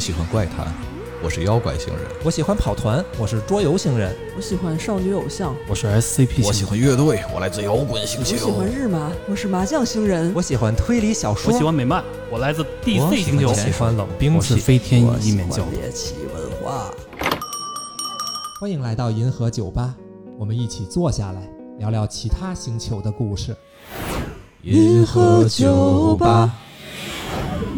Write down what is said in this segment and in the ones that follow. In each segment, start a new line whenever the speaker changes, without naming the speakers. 喜欢怪谈，我是妖怪星人，
我喜欢跑团，我是桌游星人，
我喜欢少女偶像，
我是 SCP，
我喜欢乐队，我来自摇滚
我
星
喜
球，
欢日麻，我是麻将星人，
我喜欢推理小
我
说，
喜欢美漫，我来自 DC 星球
我，喜欢冷兵
我是。
器
飞天
我
一
喜
面
欢
教主。
猎奇文化。
欢迎来到银河酒吧，我们一起坐下来聊聊其他星球的故事。
银河酒吧。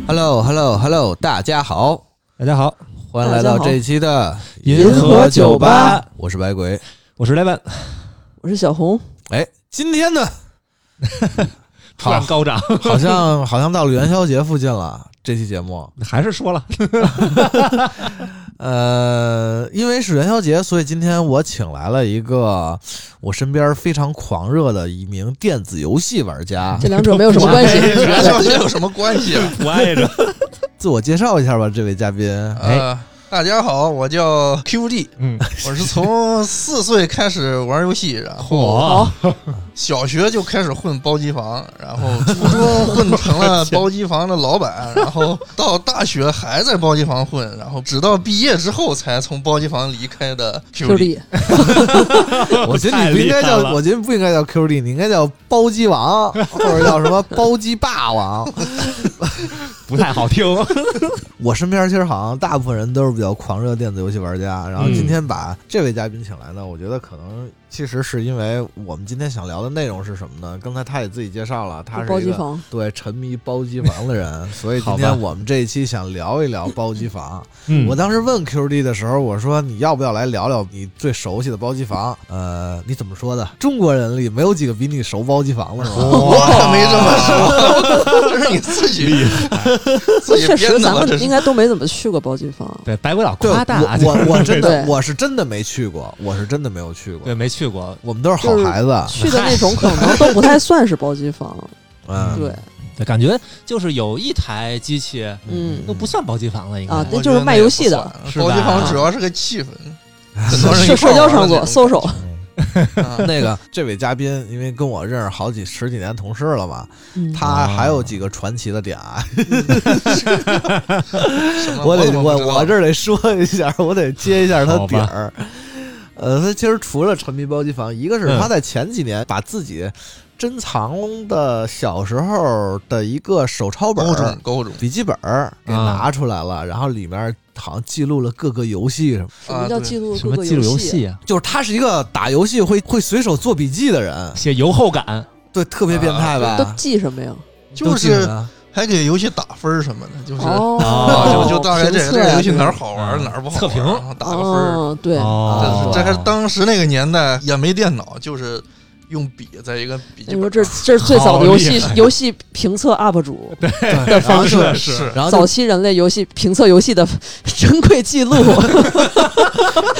Hello Hello Hello，大家好，
大家好，
欢迎来到这一期的
银
河酒吧，
我是白鬼。
我是 Levin，
我是小红，
哎，今天呢，
突然高涨，
好像好像到了元宵节附近了，这期节目，
还是说了，
呃，因为是元宵节，所以今天我请来了一个我身边非常狂热的一名电子游戏玩家
这。两者没有什么 关系。
元宵节有什么关系？
啊
不挨着。
自我介绍一下吧，这位嘉宾。
呃，大家好，我叫 QD，
哎嗯，
我是从四岁开始玩游戏，然后
嚯，
小学就开始混包机房，然后初中混成了包机房的老板，然后到大学还在包机房混，然后直到毕业之后才从包机房离开的 QD。
QD，
我觉得你不应该
太厉害
叫，
了
我觉得不应该叫 QD，你应该叫包机王，或者叫 什么包机霸王。
不太好听。
我身边其实好像大部分人都是比较狂热的电子游戏玩家，然后
嗯
今天把这位嘉宾请来呢，我觉得可能其实是因为我们今天想聊的内容是什么呢？刚才他也自己介绍了，他
包
是一
机
个
房，
对沉迷包机房的人，所以今
好
天
吧
我们这一期想聊一聊包机房。
嗯
我当时问 QD 的时候，我说你要不要来聊聊你最熟悉的包机房？呃，你怎么说的？中国人里没有几个比你熟包机房了，是吧？
我可没这么说， 这是你自己自己
确实
编的
咱
吧？这
们应
是
该都没怎么去过包机房。
对白鬼老
对，
夸大，
我 我我真的
对
我是真的没去过，我是真的没有去过
对。没去过，
我们都是好孩子，
去的那种可能都不太算是包机房，
嗯，
对，
对感觉就是有一台机器
嗯
都不算包机房了，应该
啊那
我觉
就
得
是卖
也
游
不
戏的
算
是
包机
吧
房主要是个气氛，很多
是
人一块
社
儿
交
玩的
场
那
所，
种
搜手，
啊
那个这位嘉宾，因为跟我认识好几十几年同事了嘛，
嗯
他还有几个传奇的点啊，
什么
我得
怎么
我
啊不知道
我这儿得说一下，我得接一下他
好吧
底儿。呃，他其实除了沉迷包机房，一个是
嗯
他在前几年把自己珍藏的小时候的一个手抄本
高
儿、
中高中
笔记本儿给
啊
拿出来了，然后里面好像记录了各个游戏什么，
什么叫
呃对
记录
什
各
么
个
记录游
戏？
戏啊，
就是他是一个打游戏会会随手做笔记的人，
写油后感，
对，特别变态吧？
都记什么呀？
都
就
记啊着
是
呢
还给游戏打分儿什么的，就是、啊，
啊哦
就，就大概这
评
个
测
这个
呀
游戏哪儿
对
好玩儿哪儿不好
测评
玩儿，然后打个分儿。
哦，对，
哦
这这 还是当时那个年代也没电脑，就是用笔在一个笔记
你说
本
这
上
这是最早的游戏
好厉害
游戏评测 UP 主的
然后
方
就
式，
是
然后就
早期人类游戏评测游戏的 珍贵记录。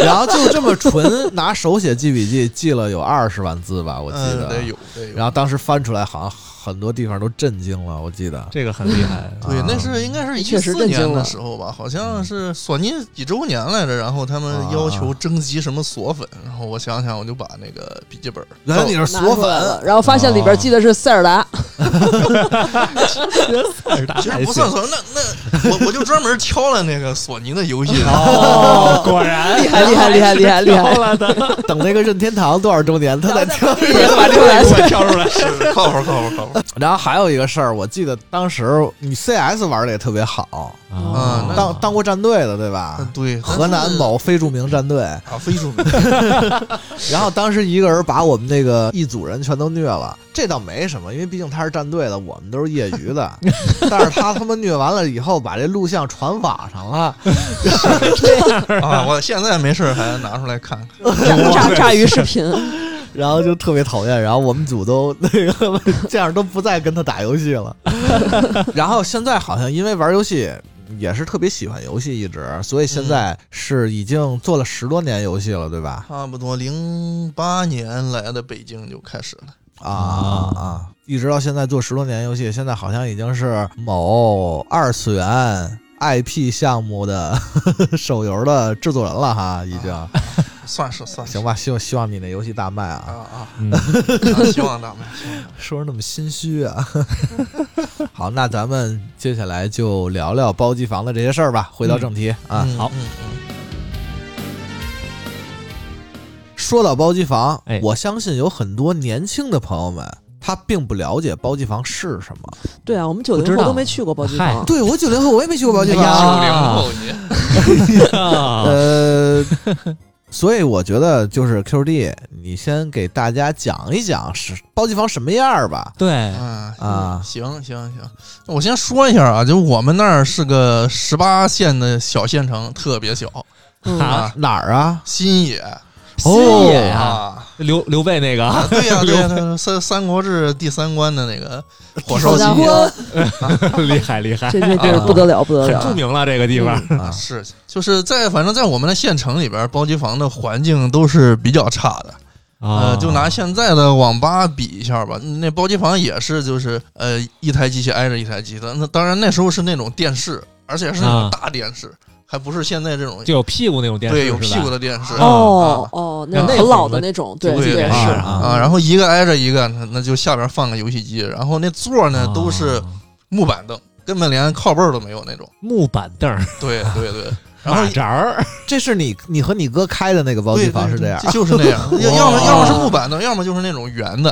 然后就这么纯拿手写记笔记，记了有二十万字吧，我记
嗯
得。
得有得有。
然后当时翻出来，好像很多地方都震惊了，我记得。
这个很厉害。
对
啊，
那是应该是一
确实
四
震惊
年
了
的时候吧，好像是索尼几周年来着，然后他们
啊
要求征集什么锁粉，然后我想想，我就把那个笔记本儿
原来你是
拿
锁
出来了，
粉，
然后发现里边记的是塞尔达，
其实不算锁，那那我我就专门挑了那个索尼的游戏，
哦，果 然
厉害厉害厉害厉害厉害！
了 的，
等那个任天堂多少周年，他再跳。
把这 个给我跳出来。
是靠谱靠谱靠谱。
然后还有一个事儿，我记得当时你 CS 玩的也特别好，
哦
啊那
当当过战队的对吧
嗯？对，
河南
但是
某非著名战 队，
啊，非著名。
然后当时一个人把我们那个一组人全都虐了，这倒没什么，因为毕竟他是战队的，我们都是业余 的。但是他他妈虐完了以后，把这录像传网上了，
啊，我现在没事儿还拿出来看看。
炸炸炸鱼视频，
然后就特别讨厌，然后我们组都 那个这样都不再跟他打游戏了。 然后现在好像因为玩游戏也是特别喜欢游戏，一直，所以现在是已经做了十多年游戏了，对吧？
差不多零八年来的北京就开始了，
啊啊！一直到现在做十多年游戏，现在好像已经是某二次元 IP 项目的 手游的制作人了哈，已经、
算是算是
行吧？希望希望你那游戏大卖啊！
啊啊！
嗯
啊希望大卖，希望大卖
说着那么心虚啊。 好，那咱们接下来就聊聊包机房的这些事儿吧。回到正题、啊，
嗯
好，
嗯
说到包机房，
哎
我相信有很多年轻的朋友们。他并不了解包机房是什么，
对啊，我们九
不知
零
道
后都没去过包机
嗨
房，
对我九零后我也没去过包机
哎
房，
呀
九零后你
啊
呃， 所以我觉得就是 QD，你先给大家讲一讲是包机房什么样儿吧。
对，
啊
啊
行行行，我先说一下啊，就我们那儿是个十八线的小县城，特别小
嗯
啊
啊，
哪儿啊？
新野
新野啊，
啊，
刘刘备那 个
啊 对呀、对呀、对呀三三国志第三关的那个火烧
好
啊新
家
野
伙，
厉害厉害，
这这这
啊
不得了不得
很
了
著，名了这个地方。
嗯
啊，
是，就是在反正在我们的县城里边，包机房的环境都是比较差的。
哦啊
呃，就拿现在的网吧比一下吧，那包机房也是就是呃一台机器挨着一台机器，那当然那时候是那种电视，而且是那
啊
种大电视，还不是现在这种
就有屁股那种电视，
对有屁股
的
的电视
啊
哦哦，那
那会儿
种很老
我
的那种，对
对
对
对
是
啊
啊
啊，然后一个挨着一个，那那就下边放个游戏机，然后那座
啊
儿
哦
呢都是木板凳，根本连靠背儿都没有那种。
木板凳儿、
对对对，然后
马扎儿，
这是你你和你哥开的那个包机
对
房哦
对
是这样
就就是那样，要要么
哦
要么是木板凳，要么就是那种圆的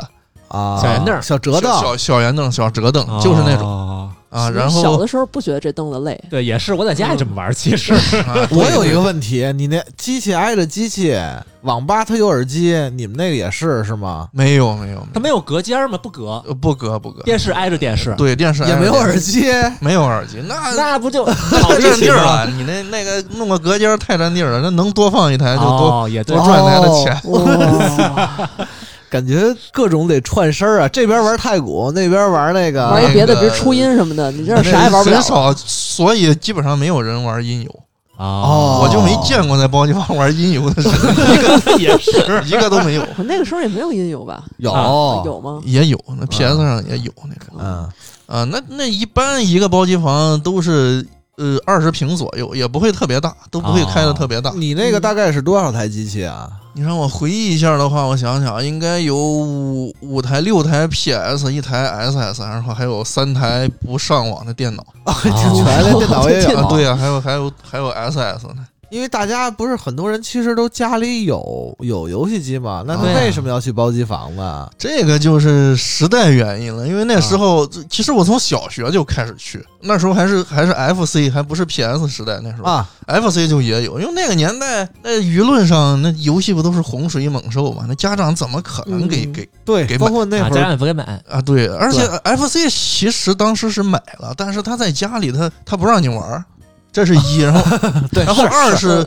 啊？
小圆凳儿
小折凳哦
小小小圆凳、小折凳， 就是那种
种。
啊。然
小
后
的时哦候不觉得这凳子累，
哦对，也是我在家也这么玩儿，其实
啊
我有
对
一个问题，你那机器挨着机器，网吧它有耳机，你们那个也是是吗？
没有没有没
它没有隔间儿吗？不隔，
有，呃不隔不隔，
电视挨着电视，
对电视
也没有
挨着
耳
电视，
机，
没有耳机，那
那不就
太
好
占地儿了。你那那个弄个隔间儿太占地儿了，那能多放一啊台就多
哦，也对
多，赚台的钱。
哇，
感觉各种得串声儿啊，这边玩太鼓，那边玩啊那个
玩一别的，
那
比
个
如初音什么的，你这啥也玩不了
很。少，所以基本上没有人玩音游，
哦
我就没见过在包机房玩音游的人，一 个也是一个都没有，
我那个时候也没有音游吧？
有
啊
有吗？
也有
哦
那 PS 上也有那个
嗯
啊，那那一般一个包机房都是呃二十平左右，也不会特别大，都不会开的特别大。
你那个大概是多少台机器啊？
你让我回忆一下的话，我想想，应该有五五台、六台 PS，一台 SS，然后还有三台不上网的电脑
啊，这
哦
全连电脑也
电
有
哦 啊，。对呀、还有还有还有 SS 呢。
因为大家不是很多人其实都家里有有游戏机嘛，那他
对啊
为什么要去包机房呢？
这个就是时代原因了，因为那时候、其实我从小学就开始去，那时候还是还是 FC，还不是 PS 时代，那时候、
啊，
FC 就也有，因为那个年代那舆论上那游戏不都是洪水猛兽嘛，那家长怎么可能给、
嗯
给
对
给，买
包括那
啊
会
家长
儿
也不给买，
啊？对，而且 FC 其实当时是买了，但是他在家里他他不让你玩儿，这是 一，然后
对，
然后二是
是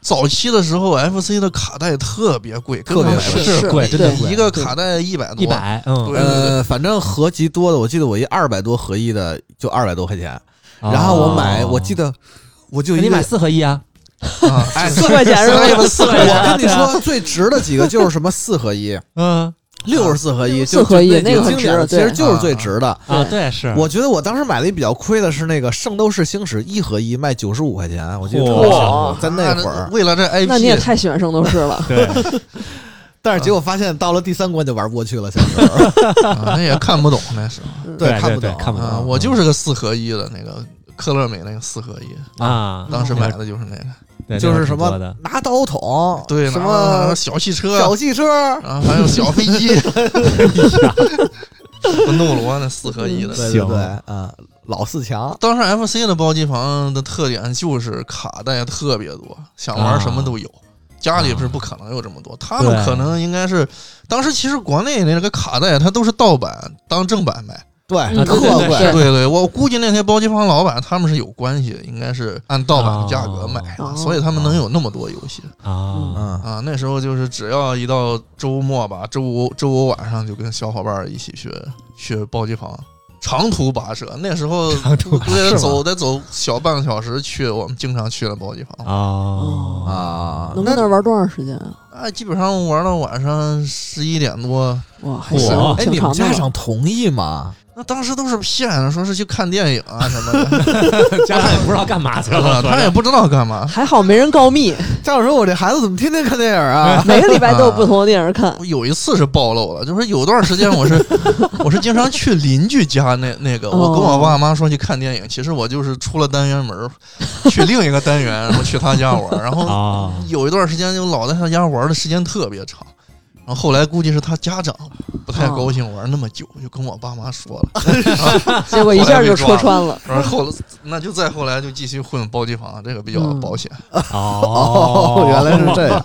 早期的时候 FC 的卡带特别贵，根
特
本
别
买
贵
不起
是
贵，真的
对
贵，
一个卡带一百多，
一百，嗯，
对对对
呃，反正合集多的，我记得我一二百多合一的就二百多块钱，
哦
然后我买，我记
得
得我就
你
一
买
个。
四合一啊，
啊，哎，
四块钱是 吧？
四
块钱
我跟你说，最值的几个就是什么四合一、
嗯
六十四合一、
四合一
就就那
那个很
经典的
值
其实
对
就是最值的。
啊，对是，
嗯
我觉得我当时买的比较亏的是那个《圣斗士星矢》一合一卖九十五块钱，我记得特别清
哇。
楚，在那会儿。
为了这 IP，
那你也太喜欢圣斗士了
对
但是结果发现到了第三关就玩不过去了，小时候
啊那也看不懂那时候
嗯
看不
对
懂，
看不
啊，
懂，
我就是个四合一的那个科乐美那个四合一，
啊，
当时买的就是 那个，
对
就
那
是
会儿
什
挺多
么
的
拿刀捅，
对，
啊什
拿了还有
么
小汽车，
小汽车，
啊，还有小飞机，怒罗那四合一的。
对对
行
对，啊，老四强，
当时 FC 的包机房的特点就是卡带特别多，想玩什么都有。家里是不可能有这么多，他们
对
可能应该是当时其实国内那个卡带它都是盗版当正版卖，
对，
嗯
特
对对
贵，
是
对对，我估计那些包机房老板他们是有关系，应该是按盗版的价格买的，
哦
所以他们能有那么多游戏
啊，
嗯，
啊。那时候就是只要一到周末吧，周五周五晚上就跟小伙伴儿一起去去包机房，长途跋涉。那时候
长途跋
得
涉
走得走小半个小时去，我们经常去的包机房，
哦
啊，
能在
那
那儿玩多长时间啊？
啊，基本上玩到晚上十一点多。
哇，还行
嚯，
哎，
挺
你们
长的
家
了。
长同意吗？
那当时都是骗，说是去看电影啊什么 的，
家长也不知道干嘛去
啊
了，
他也不知道干嘛。
还好没人告密，
家长说：“我这孩子怎么天天看电影
哎
啊
每个礼拜都有不同的电影看。
我有一次是暴露了，就是有段时间我是 我是经常去邻居家那那个，我跟我爸妈说去看电影，其实我就是出了单元门儿，去另一个单元，然后去他家玩儿，然后
啊，
有一段时间就老在他家玩的时间特别长。然后后来估计是他家长不太高兴玩那么久，就跟我爸妈说了。
结果一下就戳穿了。
然后后来 那就再后来就继续混包机房，这个比较保险。
哦，
原来是这样。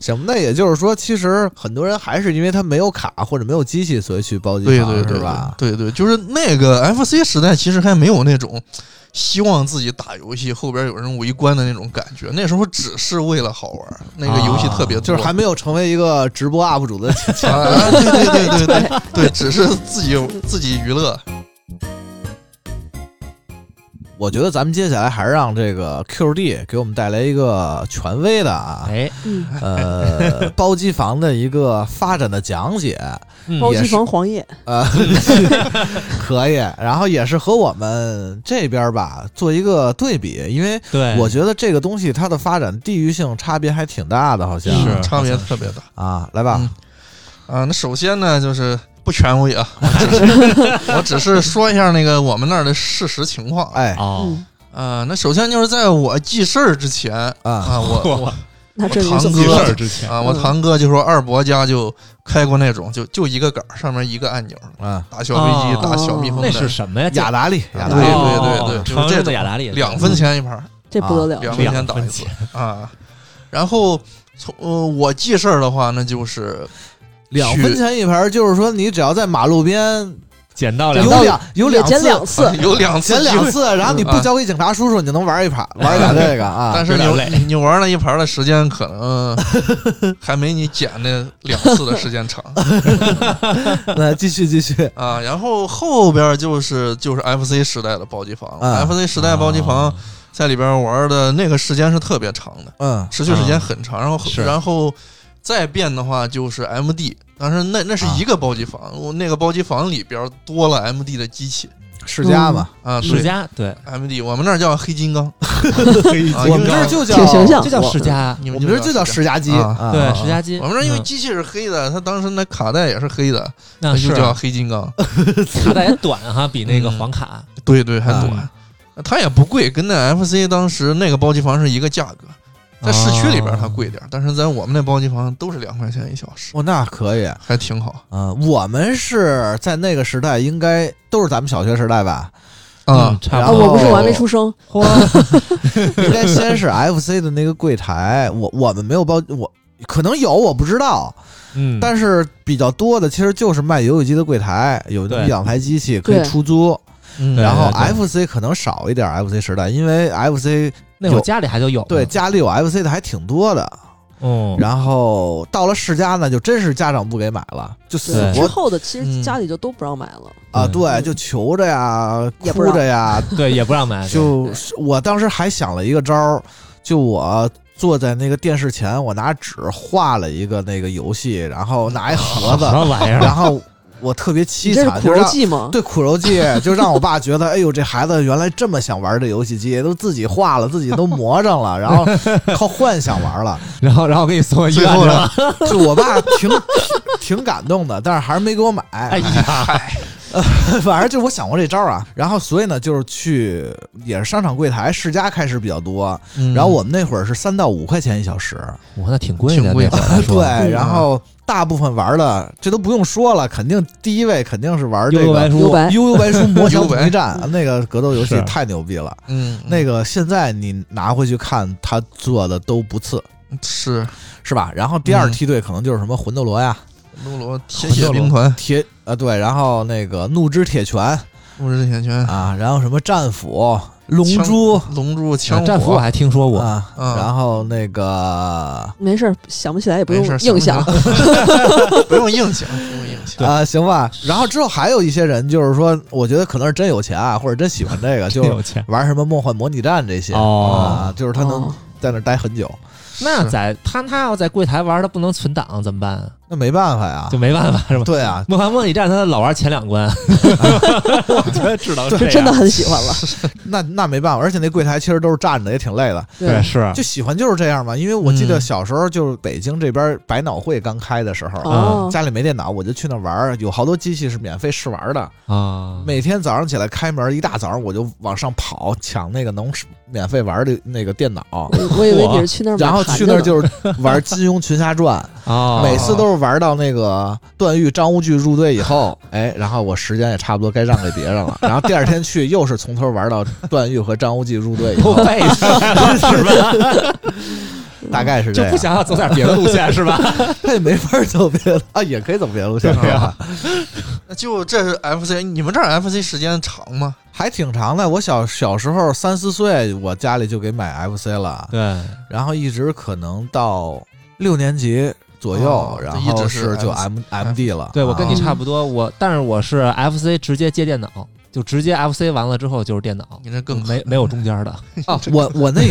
行，那也就是说，其实很多人还是因为他没有卡或者没有机器，所以去包机
对
房，
对对
是吧？
对对，就是那个 FC 时代，其实还没有那种希望自己打游戏后边有人围观的那种感觉。那时候只是为了好玩，那个游戏特别
啊就是还没有成为一个直播 UP 主的
强。啊对对对对对对，只是自己自己娱乐。
我觉得咱们接下来还是让这个 QD 给我们带来一个权威的啊，
哎，
嗯，
呃，包机房的一个发展的讲解，
嗯
包
也
机
是
房黄页，
呃，可以，然后也是和我们这边吧做一个对比，因为
对，
我觉得这个东西它的发展地域性差别还挺大的，好像
是
嗯差别特别大。
啊，来吧，
嗯啊，那首先呢，就是不权威啊，我只是我只是说一下那个我们那儿的事实情况。
哎
哦
嗯，
啊，那首先就是在我记事儿之前
啊，
嗯
啊，我我
那这
我
个
堂
怎么
哥
事
说
儿之前
啊，我堂哥就说二伯家就开过那种，就就一个杆儿，上面一个按钮，
啊，
打小飞
哦
机、打小蜜蜂
那是
的，
什么呀？
雅达利，雅
对
达
对
利，
对对
哦
就是
常
这
用的
种
雅达利，
两分钱一盘儿
这不得了
两，分钱打一次啊。然后从呃我记事儿的话，那就是
两分钱一盘，就是说你只要在马路边
捡到两
捡
个
到
有两有
也
两
减
次
两次，
有两次
捡
机会
两次，然后你不交给警察叔叔，你就能玩一盘，玩一把这个 啊，
但是
有点
你你玩了一盘的时间，可 能还没你捡那两次的时间长
那继续继续，
啊。然后后边就是就是 FC 时代的暴击房了
啊
，FC 时代暴击
啊
房在里边玩的那个时间是特别长的，
嗯
持续时间很长。然后
是
然后再变的话就是 MD，但是那那
啊
是一个暴击房，我那个暴击房里边多了 MD 的机器
世家嘛，
啊，
世
对
家，对，
MD，我们那儿叫黑 金刚，啊
我们这儿就叫
挺形象
这叫世家，
你
我
们
们这儿就叫
石
世家机，
啊
啊
对，世家机，
我们这因为
嗯
机器是黑的，它当时那卡带也是黑
啊
的，
那
它就是叫黑金刚。
呃
卡带也短哈，比那个
嗯
黄卡
对对，还
啊
短，它也不贵，跟那 FC 当时那个包机房是一个价格。在市区里边它贵
啊
点儿，但是在我们那包机房都是两块钱一小时，
哦，那可以。
还挺好
嗯，我们是在那个时代，应该都是咱们小学时代 吧？
啊
嗯。差
然
啊，
不
后
多。
我不是我还没出生，
应该先是 FC 的那个柜台，我我们没有包，我可能有我不知道，
嗯，
但是比较多的其实就是卖游戏机的柜台，有那么
对
一两台机器可以
对
出租。
嗯
对
然后
对
FC 可能少一点，FC 时代，因为 FC
那会儿
有
家里还就有，
对，家里有 FC 的还挺多的。
嗯，
然后到了世家呢，就真是家长不给买了，就死
对
之
活
后的其
嗯
实家里就都不让买了，
啊，
对
对，就求着呀，
也不
哭
让
着呀，
啊对，也不让买，
就是我当时还想了一个招儿，就我坐在那个电视前，我拿纸画了一个那个游戏，然后拿一盒
什
子，
么玩意儿
然后我特别凄
你这是
惨，
苦
就
肉
让
计吗？
对苦肉计，就让我爸觉得，哎呦，这孩子原来这么想玩这游戏机，都自己画了，自己都磨上了，然后靠幻想玩了。
然后然后给你送到医
最
院
后
去
呢
了，，
就我爸挺挺感动的，但是还是没给我买。
哎呀，
反正就我想过这招儿啊，然后所以呢，就是去也是商场柜台世家开始比较多，
嗯
然后我们那会儿是三到五块钱一小时，
我那挺贵的，
挺贵
那会儿来说
对，然后大部分玩的这都不用说了，肯定第一位肯定是玩这
幽游白
个。
留
书，
白，
悠悠白书魔
幽
想
白
统一战那个格斗游戏
是
太牛逼了，
嗯，
那个现在你拿回去看，他做的都不次，
嗯是
是吧？然后第二
嗯
梯队可能就是什么魂斗罗呀、
露罗铁血兵团，
铁呃对，然后那个怒之铁拳
物质铁拳，
啊，然后什么战斧、龙珠
龙珠、
啊
枪
战斧我
火，
还听说过，
啊，
嗯
然后那个
没事儿，想不起来也不
没
用
事，
硬想，哦
不起来， 不用硬想，不用硬 想。
啊，行吧。然后之后还有一些人，就是说，我觉得可能是真有钱啊，或者真喜欢这个，就
真有钱
玩什么梦幻模拟战这些、
哦
啊，就是他能
哦
在那儿待很久。
那在他他要在柜台玩，他不能存档怎么办啊？
那没办法呀
就。没办法是吧？
对啊，
莫凡梦里站，他老玩前两关， 我觉得知道
就真的很喜欢了。
那那没办法，而且那柜台其实都是站着，也挺累的。
对，是
就喜欢就是这样嘛，因为我记得
嗯
小时候就是北京这边百脑汇刚开的时候，
嗯
哦，
啊家里没电脑，我就去那玩儿，有好多机器是免费试玩的。
啊，
每天早上起来开门，一大早上我就往上跑，抢那个能免费玩的那个电脑，
我我以为你是去那儿买
然后
盘
去
子
那儿
呢
就是玩《金庸群侠 传
啊，》，
每次都是玩到那个段誉、张无惧入队以 后，哎，然后我时间也差不多该让给别人了，然后第二天去又是从头玩到段誉和张无忌入队以
都
后，
背着了是吧？
大概是这
就
样
不。想要走点别的路线是吧？
他也没法走别的啊，也可以走别的路线
对
啊
啊，
那就这是 FC，你们这儿 FC 时间长吗？
还挺长的。我小小时候三四岁，我家里就给买 FC 了，
对，
然后一直可能到六年级左右，
哦
然
一
后
直
是
是
就
FC
M M D 了。
对我跟你
哦
啊
差不多，我但是我是 FC 直接接电脑，就直接 FC 完了之后就是电脑，
你这更
没没有中间的。
啊， 我我那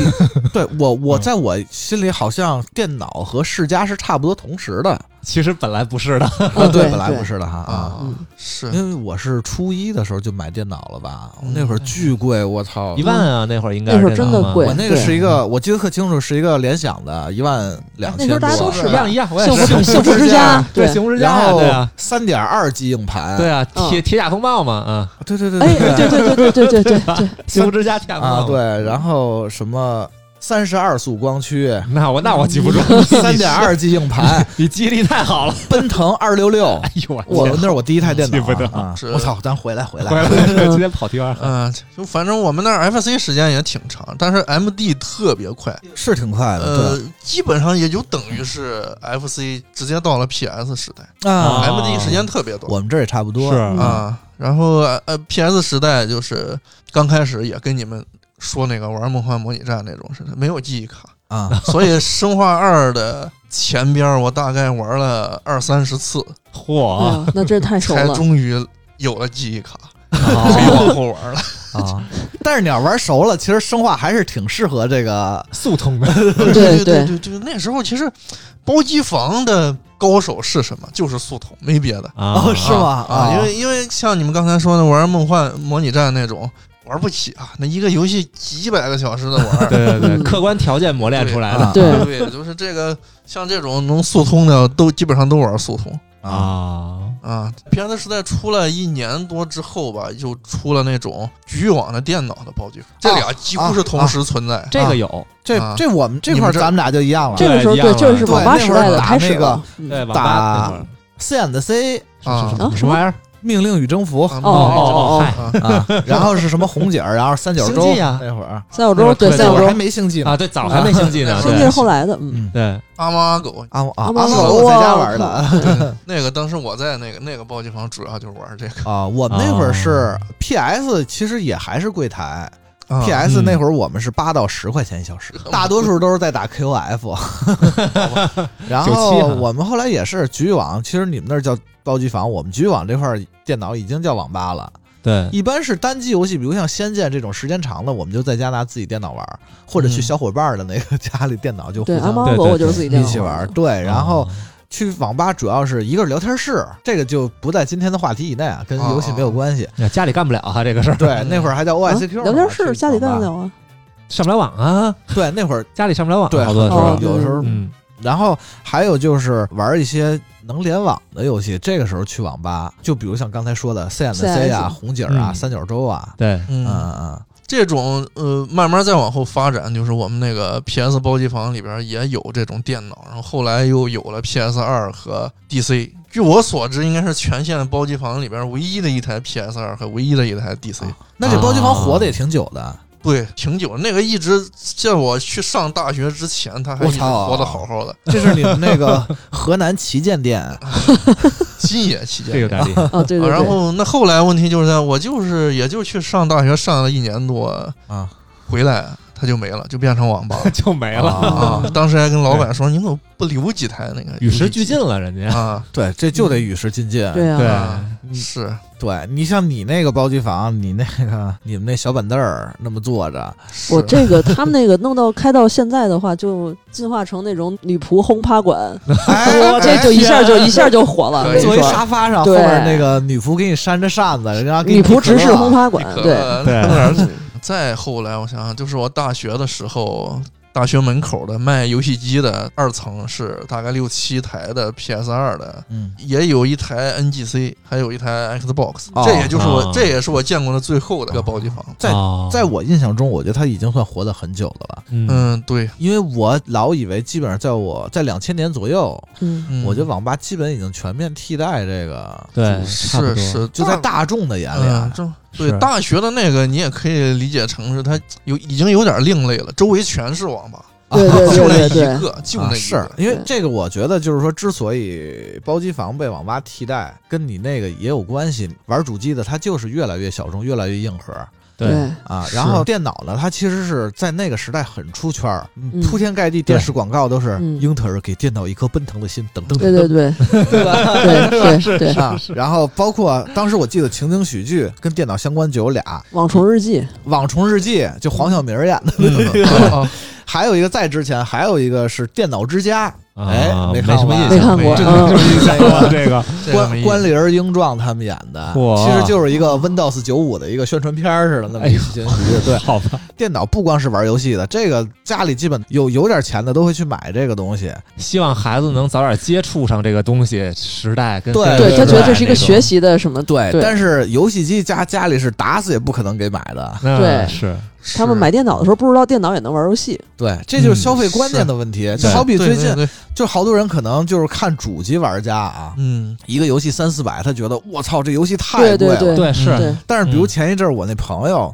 对我我在我心里好像电脑和世嘉是差不多同时的
其实本来不是的，
啊，
对
本来
对
不是的哈啊。
啊
嗯，
是
因为我是初一的时候就买电脑了吧，
嗯
那会儿巨贵，我操
一！万啊那会儿应该
那
是
会儿真的
电脑啊
贵
我那个是一个，我记得特清楚，是一个联想的，一万两
哎那
千
时
多。
候大家都是
一样一样，我也
幸
是
福幸福
之
之
家
家，
对幸福之家
然
呀，
后
对啊，
三点二 G 硬盘，
对啊，
嗯
铁铁甲风暴嘛啊，
对对对
哎，对对对对对对对对，
幸福之家铁甲风暴
啊对，然后什么三十二速光驱，
那我那我记不住，
嗯三点二 G 硬盘，
你记忆力太好了。
奔腾二六六，
哎呦
我
天
那是我第一台电脑
记不得
啊啊
是！
我操，咱回来回来
回，来直接跑题了。
嗯，就反正我们那儿 FC 时间也挺长，但是 MD 特别快，
是挺快的，
呃，基本上也就等于是 FC 直接到了 PS 时代、
对啊，
啊
m d 时间特别短
我们这儿也差不多
是
嗯
啊。然后呃，PS 时代就是刚开始也跟你们说那个玩《梦幻模拟战》那种似的，没有记 忆卡，
啊，
所以《生化二》的前边儿我大概玩了二三 十次，
哎
嚯，
呀，那真是太熟
才
了。
终于有了记 忆卡，可以
啊
往后玩了。
嗯
啊！ 但是你要玩熟了，其实生化还是挺适合这个
速通的，
对
对
对
对对，那时候其实包机房的高手是什么？就是速通，没别的。
哦，是吗？
啊，因为因为像你们刚才说的玩梦幻模拟战那种，玩不起啊，那一个游戏几百个小时的玩。
对对 对，
嗯
客观条件磨练出来的
啊
对
对，就是这个，像这种能速通的，都基本上都玩速通
啊，
啊
啊。PS 时代出了一年多之后吧，又出了那种局域网的电脑的暴局，这俩几乎是同时存在。
这个有
这
啊
这我们这块儿
你们这
咱们俩就一样了
这，个时候
对一样
对，
了
这是网吧
对那
时
会儿
代的
打
开始
那个
了。嗯
对网
打
吧那会儿
四眼的 C
是是
啊
是什
什
么
么
玩意儿？
命令与征服
啊
哦哦哦哦，
啊
啊，然后是什么红警儿，然后三角洲
星际啊
那会儿，
三角洲对
那
三
那
角
会儿还
洲，
没星际呢
啊，对，早还没星际呢，
啊
星际
对
是后来的，嗯，
对，
阿猫阿狗
啊啊！
阿
阿
猫
索
狗
我在家
啊
玩的
那个，当时我在那个那个暴击房，主要就是玩这个。
啊，我们那会儿是
哦
PS，其实也还是柜台。
啊
PS
嗯
那会儿我们是八到十块钱一小 时，大多数都是在打 QF。然后
97哈
我们后来也是局域网，其实你们那儿叫包机房，我们局域网这块儿电脑已经叫网吧了。
嗯对，
一般是单机游戏，比如像《仙剑》这种时间长的，我们就在家拿自己电脑玩儿，或者去
嗯
小伙伴儿的那个 家里电脑就互
对，阿
相
猫
对
阿狗
对
我就是自己啊
一
电
起
脑
玩儿。
的。
对，然后去网吧主要是一个是聊天室，这个就不在今天的话题以内啊，跟游戏没有关系。
啊家里干不了哈这个事儿，
对，那会儿还叫
啊
OICQ，呢、
聊天
去网
室
吧
家里干得了啊？
上不了网啊，
对，那会儿
家里上不了网，
对，
好多时
好
候
多，有时候，
嗯，
然后还有就是玩一些能联网的游戏，这个时候去网吧，就比如像刚才说的 C and C 啊、
CS
红警啊、
嗯
三角洲啊，
对，
嗯
嗯
嗯嗯，
这种呃，慢慢再往后发展，就是我们那个 PS 包机房里边也有这种电脑，然后后来又有了 PS 二和 DC。据我所知，应该是全县包机房里边唯一的一台 PS 二和唯一的一台 DC。
啊
那
啊
这包机房活的也挺久的，
对，挺久，那个一直在我去上大学之前，它还一
我
直
啊
操
活得好好的。
这是你们那个 河南旗舰店
新野期
这有
间。
点厉害，
哦，对
啊
对
然
对，
后那后来问题就是在我就是也就去上大学上了一年多
啊
回来，它就没了，就变成网吧
就没了，
啊
啊。当时还跟老板说：“你怎么不留几台那个
与时俱进了，人家。
啊
对，这就得与时进进。
对啊，？”
嗯是
对你像你那个包机房，你那个你们那小板凳儿那么坐着，
是
我这个他们那个弄到开到现在的话，就进化成那种女仆轰趴馆，
哎
这就一下就一下就火了。
可
我跟
以
你
坐一
说，
沙发上，后
对
面那个女仆给你扇着扇子，人家给你
女仆直视轰
轰。
趴馆，
可
对，
乐
对
弄点儿再后来，我想想，就是我大学的时候，大学门口的卖游戏机的二层是大概六七台的 PS 二的，
嗯，
也有一台 NGC，还有一台 Xbox，、
哦
这也就是我、
哦
这也是我见过的最后的一个暴击房。
在
哦
在我印象中，我觉得他已经算活得很久的了，
嗯
嗯，对，
因为我老以为基本上在我在两千年左右，
嗯，
嗯、
我觉得网吧基本已经全面替代这个，
对差不多
是是，
哦
就在
大
大众的眼里
嗯
啊，，
这对
是
大学的那个，你也可以理解成是它有已经有点另类了，周围全是网吧，
对对
就那
对对
一
对，
个，就
啊
那一
是
个。
因为
对
这个，我觉得就是说，之所以包机房被网吧替代，跟你那个也有关系。玩主机的他就是越来越小众，越来越硬核
对，
啊。
是
然后电脑呢，它其实是在那个时代很出圈儿，
嗯
铺天盖地，电视广告都是
嗯
英特尔给电脑一颗奔腾的心，等 等
对
等
对
等。
对 对对对，
啊，然后包括当时我记得情景喜剧跟电脑相关就有俩，《
网虫日记，
网虫日记》就黄晓明演的，
嗯啊
还有一个在之前还有一个是《电脑之家》，哎
啊
没
没
看
什么
过吧
印
没
象，
看过，
这
嗯，
这个
这个没
关
意思
关灵英壮他们演的，
嚯
其实就是一个 Windows 九五的一个宣传片儿似的那么
哎
一个情景喜剧。对，
好吧，
电脑不光是玩游戏的，这个家里基本有有点钱的都会去买这个东西。
希望孩子能早点接触上这个东西，时代跟
对
跟
对
对
他觉
时
得
代
这是一个
那种
学，习的什么，
对，
对
但是游戏机家家里是打死也不可能给买的。
那
对
是
他们买电脑的时候不知道电脑也能玩游戏，
对，这
嗯
就是消费观念的问题。就好比
对
最
对
近，
对
就好多人可能就是看主机玩家啊，
嗯，
一个游戏三四百，他觉得我操这游戏太
对
贵
对
了。
对
对是
对，
但是比如
嗯
前一阵儿我那朋友，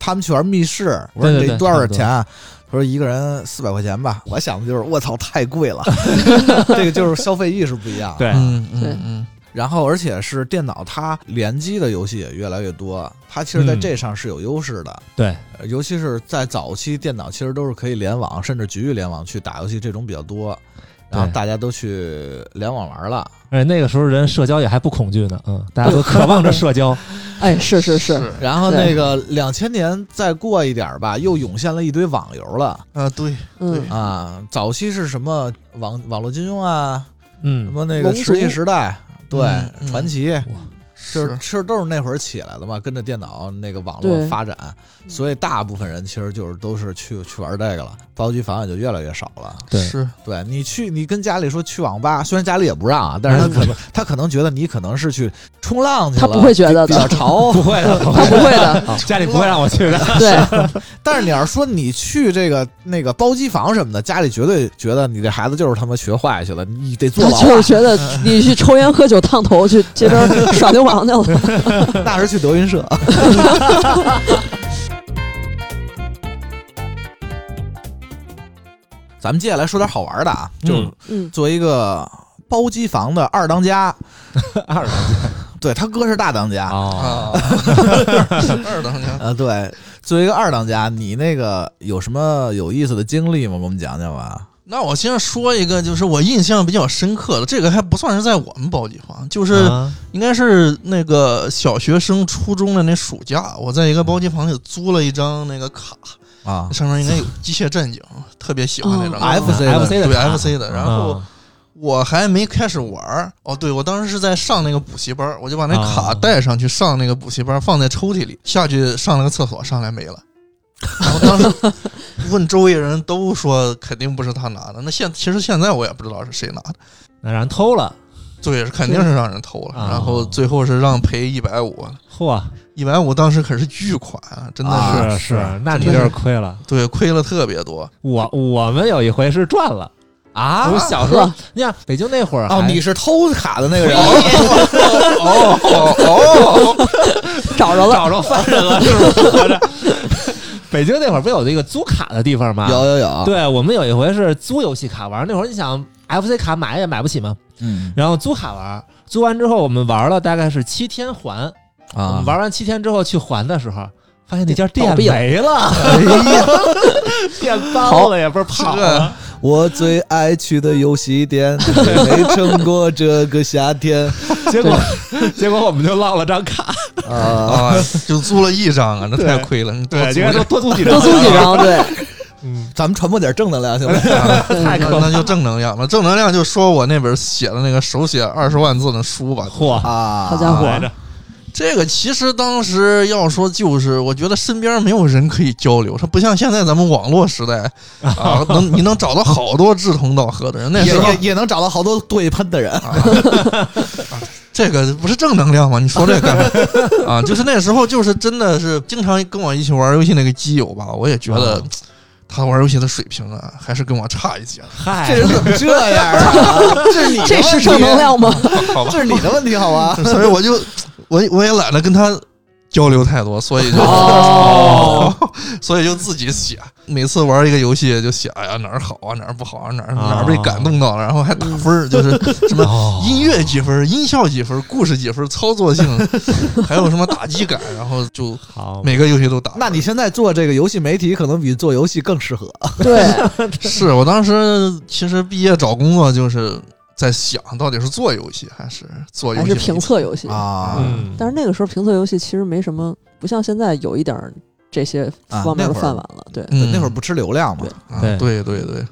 他们去玩密室，我说
对
你
对
这
对
多少
差不多
钱啊？他说一个人四百块钱吧。我想的就是我操太贵 了， 这个就是消费意识不一样。。
对
嗯嗯
对
嗯
然后而且是电脑它联机的游戏也越来越多，它其实在
嗯
这上是有优势的。
对
呃尤其是在早期，电脑其实都是可以联网，甚至局域联网去打游戏，这种比较多。然后
对
大家都去联网玩了，
而且那个时候人社交也还不恐惧呢，嗯，大家都渴望着社交，
哎，是是是，
是
然后
对
那个两千年再过一点儿吧，又涌现了一堆网游了。
啊，对，
嗯
对，
啊，早期是什么网网络金庸啊，什
嗯，
么那个
龙
《
族
石器时代》对，
嗯嗯
传奇，就是是其实都是那会儿起来的嘛，跟着电脑那个网络
对
发展，所以大部分人其实就是都是去去玩这个了，包机房也就越来越少了。
对
是
对你去，你跟家里说去网吧，虽然家里也不让啊，但是他可能他可能觉得你可能是去冲浪去
他
了，
不会觉得
比较
的，
潮，
不会的，
他不会的，
家里不会让我去的，
对，
但是你要是说你去这个那个包机房什么的，家里绝对觉得你这孩子就是他妈学坏去了，你得坐
他
牢啊
就是觉得 你去抽烟喝酒烫头去街边儿耍流氓去了，
啊，那是去德云社。咱们接下来说点好玩的啊，就是
嗯
嗯，
作为一个包机房的二当家，
二十
对他哥是大当家，
啊，
啊， 二当家
呃，对，作为一个二当家，你那个有什么有意思的经历吗？给我们讲讲吧。
那我先说一个，就是我印象比较深刻的，这个还不算是在我们宝鸡房，就是
啊
应该是那个小学生初中的那暑假，我在一个包机房里租了一张那个卡，
啊
上面应该有《机械战警》，特别喜欢那张
哦
卡。
，FC 的
FC 的
对
卡
FC 的，然后
啊
我还没开始玩儿哦，对我当时是在上那个补习班儿，我就把那卡
啊
带上去上那个补习班儿，放在抽屉里，下去上了个厕所，上来没了。然后当时 问周围人都说肯定不是他拿的，那现其实现在我也不知道是谁拿的，
那让人偷了，
对，肯定是让人偷了，
啊
然后最后是让赔一百五，
嚯，
一百五当时可是巨款啊，真的是、
啊
是
是
是，那你这是亏了。
对亏了特 别多，
我我们有一回是赚了啊！我们小时候
呵，
你看北京那会儿
哦，
还
你是偷卡的那个人，
哦哦哦，
找着了，
找着犯人了，是不是？合着 北京那会儿不有那个租卡的地方吗？
有。有有，
对我们有一回是租游戏卡玩，那会儿你想 FC 卡买也买不起嘛，
嗯
然后租卡玩，租完之后我们玩了大概是七天还，我
啊
们，玩完七天之后去还的时候，发现那家店
倒闭了
没了，
哎呀，
店搬了也不是跑了，
我最爱去的游戏店，没撑过这个夏天
结果结果我们就落了张卡，
啊！
啊，就租了一张啊，那太亏了。你多租
应该
点
说多租几张，
多租几张，对，
嗯，
咱们传播点正能量行吗？
太
啊那
可怕
那
了，
就正能量吧，正能量就说我那本写的那个手写二十万字的书吧。
嚯，
啊，
好家伙
来着，
这个其实当时要说就是，我觉得身边没有人可以交流，它不像现在咱们网络时代啊，能你能找到好多志同道合的人。那
也
时候
也也能找到好多对喷的人，
这个不是正能量吗？你说这个干嘛 啊？就是那时候就是真的是经常跟我一起玩游戏那个基友吧，我也觉得
嗯
他玩游戏的水平啊，还是跟我差一截。
这
嗨
人，怎么这样啊？这是你的
这是
问题
正能，量吗？
好吧
这，是你的问题好吗？
所以我就我我也懒得跟他交流太多，所以就
哦，
所以就自己写。每次玩一个游戏就写，哎呀哪儿好啊，哪儿不好啊，哪儿哪儿
哦
被感动到了，然后还打
嗯
分儿，就是什么
哦
音乐几分儿、音效几分儿、故事几分儿、操作性，还有什么打击感，然后就
好，
每个游戏都打。
那你现在做这个游戏媒体，可能比做游戏更适合。
对，
是我当时其实毕业找工作就是在想到底是做游戏还是做游
还
戏
是
媒体
评测游戏。
啊
嗯，
但是那个时候评测游戏其实没什么，不像现在有一点儿这些方面的饭碗了。对，
嗯
那会儿不吃流量嘛，
啊
对
对对对啊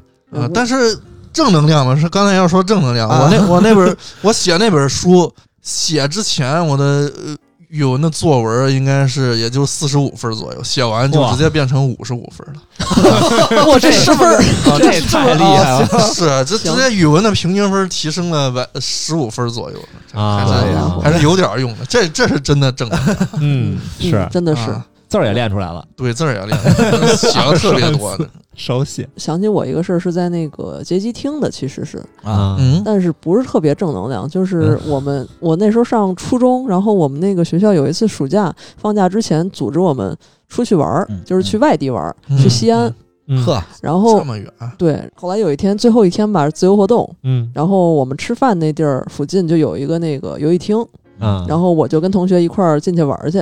嗯！
但是正能量嘛，是刚才要说正能量，
啊
我 那我那本儿我写那本书写之前，我的呃语文的作文应该是也就四十五分左右，写完就
哇
直接变成五十五分 了。
我这十分儿，
啊这太厉害
哦
了
是，这直
行
接语文的平均分提升了百十五分左右，
啊
还
哎
是
呀
还是有点用的。这这是真的正 能量，
嗯，是
嗯真的是。
啊
字儿也练出来了，
对字儿也练，写了特别多的。
手写
想起我一个事儿，是在那个街机厅的，其实是，
啊，
嗯，
但是不是特别正能量。就是我们，我那时候上初中，然后我们那个学校有一次暑假放假之前，组织我们出去玩儿
嗯，
就是去外地玩儿，
嗯
去西安。
嗯，
呵，
然
这
后
么远，
对，后来有一天最后一天吧，自由活动，
嗯
然后我们吃饭那地儿附近就有一个那个游戏厅，
啊，
然后我就跟同学一块儿进去玩儿去。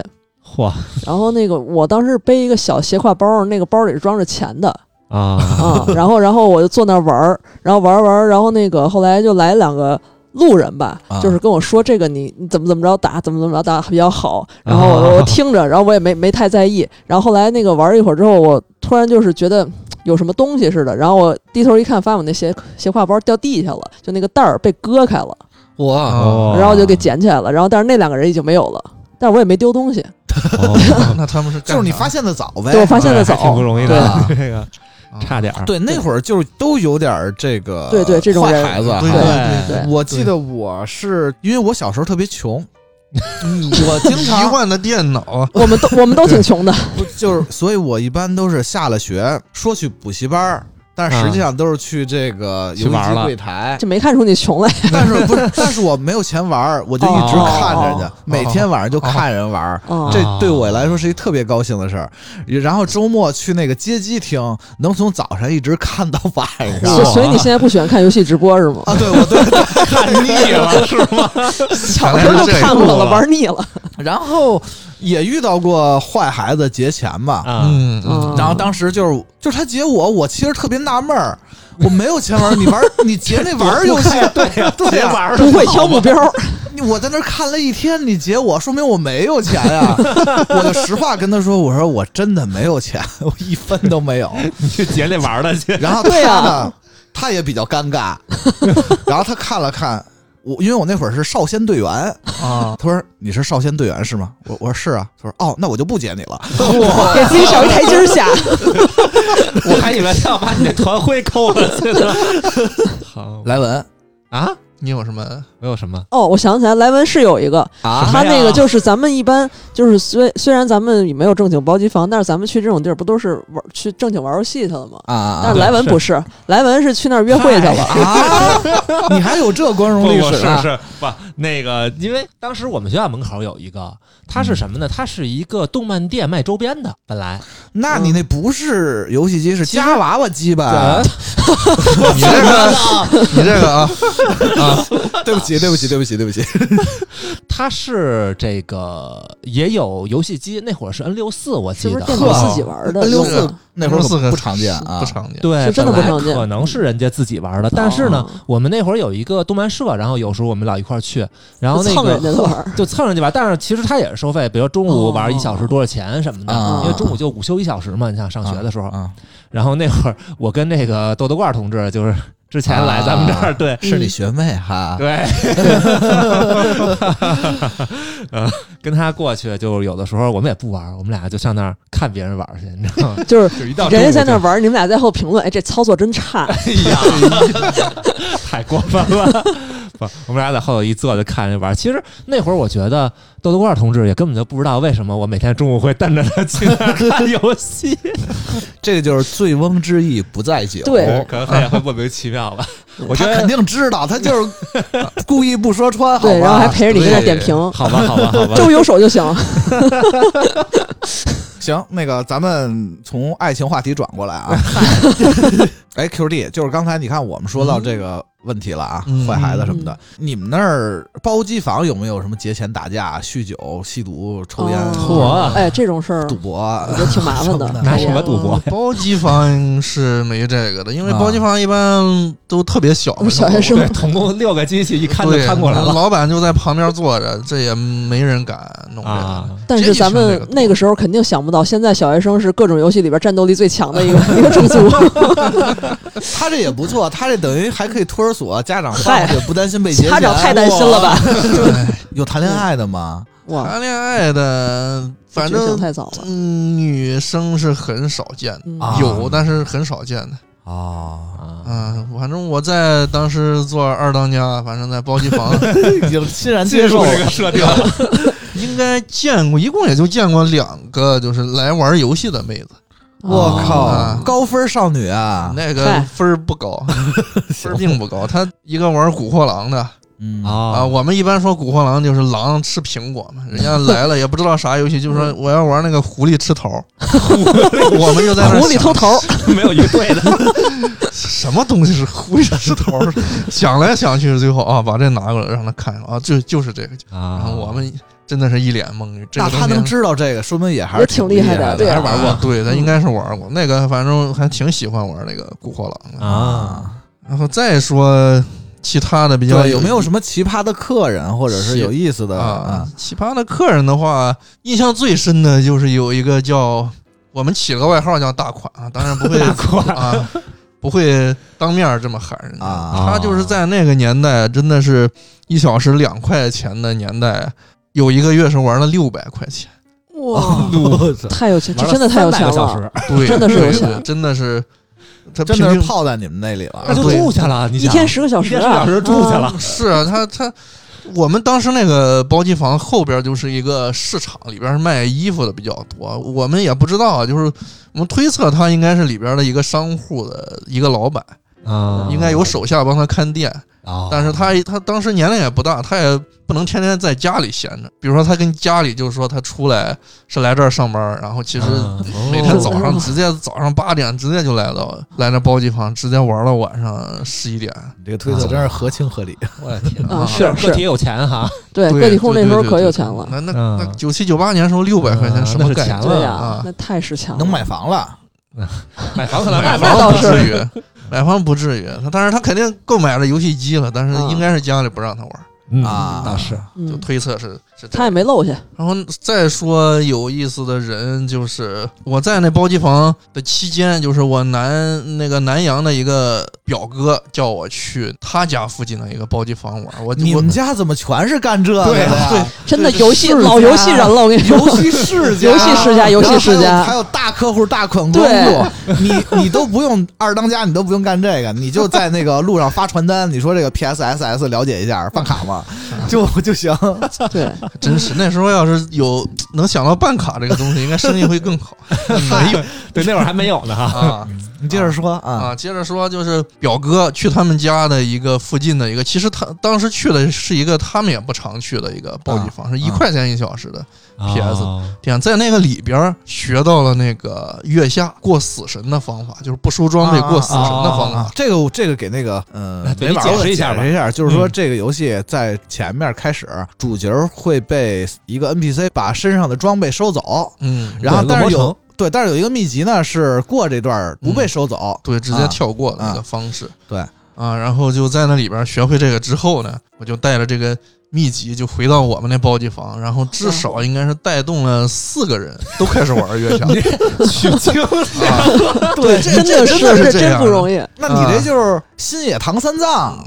嚯
然后那个我当时背一个小斜挎包，那个包里是装着钱的
啊，
啊、然后然后我就坐那儿玩儿，然后玩儿玩儿，然后那个后来就来两个。路人吧
啊，
就是跟我说这个你你怎么怎么着打，怎么怎么着打比较好。然后
啊
我我听着，然后我也没没太在意。然后后来那个玩儿一会儿之后，我突然就是觉得有什么东西似的，然后我低头一看，发现我那斜斜挎包掉地下了，就那个袋儿被割开了，
哇，
哦
然后我就给捡起来了。然后但是那两个人已经没有了，但是我也没丢东西，
哦
那他们是
就是你发现的早呗。
对我发现的早
对还，挺不容易的，这个
现
差点儿，
对，那会儿就是都有点儿这个
对对这种
坏
人
孩子啊。
对
对
对
我记得我是因为我小时候特别 穷，我经
一
常
万的电脑，
我们都我们都挺穷的，
不就是，所以我一般都是下了学说去补习班儿，但实际上都是嗯去这个
去
游戏
玩
机
了
柜台。
就没看出你穷来。
但是不是？但是我没有钱玩儿，我就一直看着人家
哦，
每天晚上就看人玩儿。
哦
这对我来说是一特别高兴的事儿，然后周末去那个街机厅，能从早上一直看到晚上
是
所所以你现在不喜欢看游戏直播是吗？
啊！对，我对
看腻了是吗？
小
时候就看过了，玩腻了。
然后也遇到过坏孩子劫钱吧，
啊，
嗯，嗯
嗯
然后当时就是就是他劫我，我其实特别纳闷儿，我没有钱玩儿，你 玩儿你劫那玩儿游戏，对呀对
别
呀，
玩儿了
不会挑目标，
你我在那儿看了一天，你截我，说明我没有钱 呀、我就实话跟他说，我说我真的没有钱，我一分都没有。
你去捡那玩儿的去，
然后他
对
呢，
呀
他也比较尴尬，然后他看了看我，因为我那会儿是少先队员，
啊，
他说你是少先队员是吗？我我说是啊，他说哦，那我就不截你了。
给自己找一台阶下。
我还以为他要把你那团徽抠了去 呢。好
莱文
啊，
你有什 么？
没有什么
哦，我想起来，莱文是有一个，
啊
他那个就是咱们一般就是虽虽然咱们也没有正经包机房，但是咱们去这种地儿不都是玩去正经玩游戏去了吗？
啊
但
啊
是莱文不是，莱文是去那儿约会 去了。
啊！你还有这光荣
不
历
不
史
是
啊？
是不那个，因为当时我们学校门口有一个，它是什么呢？它是一个动漫店卖周边的，本来
嗯
那你那不是游戏机，是
其实啊
夹娃娃机吧？
你这个，你这 个啊，
对不起，对不起，对不起，对不起。
它是这个也有游戏机，那会儿是 N 六四，我
是
记得
不是电脑
呵
自己玩的？
N 六
用
四
的
那会儿
四
可
个
不常见啊，
不常见。
对，
是真的
本
不
来
常见
可能是人家自己玩的，但是呢，
哦
我们那会儿有一个动漫社，然后有时候我们老一块儿去，然后那
蹭
个
人家的玩儿，
就蹭人家玩，但是其实他也是收费，比如中午玩一小时多少钱什么的，
哦
因为中午就午休一小时嘛，你想上学的时
哦
候。
啊，
然后那会儿我跟那个豆豆罐同志就是之前来咱们这儿，
啊
对
是你学妹哈，
对， 呃，跟他过去就是有的时候我们也不玩，我们俩就上那儿看别人玩去，你知道吗？
就是
就一到
人家在那
中
儿
午
玩儿，你们俩在后评论，哎，这操作真差。
就太过分了。 不，我们俩在后头一坐就看人玩。其实那会儿我觉得豆豆罐同志也根本就不知道为什么我每天中午会瞪着他去那儿看游戏。
这个就是醉翁之意不在酒。
对
可能他也会莫名其妙吧。我觉
他
得
肯定知道，他就是故意不说穿，好吧
对，然后还陪着你跟那
对
点评，
好吧，好吧，好吧。
周游手就行。
行，那个咱们从爱情话题转过来 啊。哎，Q D，就是刚才你看我们说到这个问题了啊，
嗯
坏孩子什么的，你们那儿包机房有没有什么节钱打架、酗酒、吸毒、抽烟、
哦哎，这种事儿
啊赌博啊？。
我觉得挺麻烦的
拿什么赌博？
包机房是没这个的，因为
啊
包机房一般都特别小嘛，
我们小学 生
对，总共六个机器，一看就
对
看过来了
老板就在旁边坐着，这也没人敢弄这个。
啊。
但
这
是
一
咱
听这
们
个多
那个时候肯定想不到，现在小学生是各种游戏里边战斗力最强的 一个一个种 族。
他这也不错，他这等于还可以托儿所，家长放回去不担心被劫钱。
家长太担心了吧？
有谈恋爱的 吗？
哇，
谈恋爱的，反
觉醒
正
太早了。
嗯，女生是很少见的，
嗯
啊
有但是很少见的。
啊，
啊，
嗯，反正我在当时做二当家，反正在包 机房
已经欣然接 受了。
设定，
应该见过，一共也就见过两个，就是来玩游戏的妹子，
我靠
啊，
高分少女啊！
那个
嗨
分儿 不高，分儿并不高。她一个玩古惑狼的
嗯
啊，
啊，
我们一般说古惑狼就是狼吃苹果嘛，
嗯
人家来了也不知道啥游戏，就说我要玩那个狐狸吃桃 儿，我们就在那
狐狸
想
偷 桃，
没有一个对的。
什么东西是狐狸吃桃 儿，想来想去，最后啊把这拿过来让他看啊，就就是这个。然
啊
后我们真的是一脸懵逼，这
那
个
他
东西
能知道这个，说明也还是
也挺
厉
厉害的
的，
对啊
还是玩过
啊对，他应该是玩过那个，反正还挺喜欢玩那个古惑狼的。
啊，。
然后再说其他的比较
对，有没有什
么
么奇葩的客人，或者是
是
有意思的
啊？？奇葩的客人的话，印象最深的就是有一个叫我们起了个外号叫大款啊，当 然不会啊，不会当面儿这么喊人家
啊
他就是在那个年代，真的是一小时两块钱的年代，有一个月是玩了六百块 钱。
哇，
我操
太有钱，这真的太有钱
玩了三百
了。
个小时，
对，
真的是有
对
钱
对真的是，他
真的是
平均
泡在你们那里了。
那就
对
住下了。你
一
想
天十个小时
一天
啊，
十个小时住下
啊
了。
是啊，他他，我们当时那个包机房后边就是一个市场，里边卖衣服的比较多。我们也不知道啊，就是我们推测他应该是里边的一个商户的一个老板，
啊
应该有手下帮他看店。
啊，
但是他他当时年龄也不大，他也不能天天在家里闲着。比如说，他跟家里就说他出来是来这儿上班，然后其实
啊
每天早
哦
上直接早上八点直接就来到来这包机房，直接玩到晚上十一点。
你这个推测真是合情合理。
我的天
啊是
个体有钱哈，
对，
对
个体户
对
那时候
对
可
对
有
对
钱了。
那那
嗯
那九七九八年时候六百块钱
嗯
什
那
么
是
概
钱
念？
了
对呀
啊，
那太是强了，
能买房了，
买房可能
买
买
房
倒
不
是
至于，买房不至于。他但是他肯定购买了游戏机了，但是
嗯
应该是家里不让他玩，
嗯
啊
那是
就
嗯，
推测是是这
他也
样。
没漏下。
然后再说有意思的人，就是我在那包机房的期间，就是我南那个南阳的一个表哥叫我去他家附近的一个包机房玩，我
你
我
们家怎么全是干这个的呀？
对
真的
这啊
游戏
世
老
家
游戏人了，我跟你说，
游戏 世家，
游戏世家游戏世
然后还有
家
还有大客户、大款光顾，你你都不用二当家，你都不用干这个，你就在那个路上发传单，你说这个 PSSS 了解一下，办卡吗？就就行。
对，
真是那时候要是有能想到办卡这个东西，应该生意会更好。没有，
对，那会儿还没有 呢哈。
啊
你接着说啊，
啊！接着说，就是表哥去他们家的一个附近的一个，其实他当时去的是一个他们也不常去的一个暴击房，是一
啊
块钱一小时的 PS
哦
店，在那个里边儿学到了那个月下过死神的方法，就是不输装备过死神的方法。
啊，这个这个给那个嗯
来，
没
给你
玩过
解
的
释一
解
下吧
释一下，就是说
嗯
这个游戏在前面开始，主角会被一个 NPC 把身上的装备收走，
嗯，
然后
对
但
恶魔
是有
城嗯
对，但是有一个秘籍呢是过这段儿不被收走，
对，直接
啊
跳过的那个方式。
对
啊，然后就在那里边儿学会这个之后呢，我就带着这个秘籍就回到我们那包机房，然后
嗯
至少应该是带动了四个人都开始玩月下。
取经
啊，
对，
这
真的
这真
这
的是这
真
样啊
不
的
容易。
那你这就是新野唐三藏，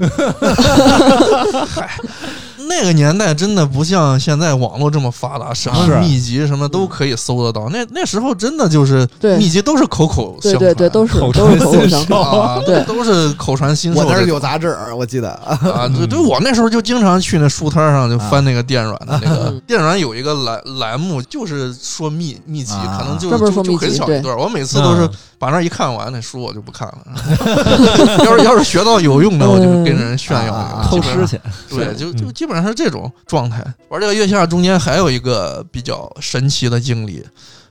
那个年代真的不像现在网络这么发达，什
是
么秘籍什么都可以搜得到。那那时候真的就是
对
秘籍都是口口相
对对
传，
对，都是
口
都是
传
口口
心
相传。
啊，
对
都是口传心授
我
这
那
种。
儿有杂志，我记得 啊
啊，对对，我那时候就经常去那书摊上就翻那个电软的那个
嗯
电软有一个栏栏目，就是说秘秘籍，
啊
可能就
专门说
就
秘
就
籍
很小
对
一段。我每次都是把那一看完，那书我就不看了。要是要是学到有用的，我就跟人炫
啊
耀
啊
基
偷
本
师
上
去，
对，就就
嗯
基本上是这种状态。玩这个月下中间还有一个比较神奇的经历，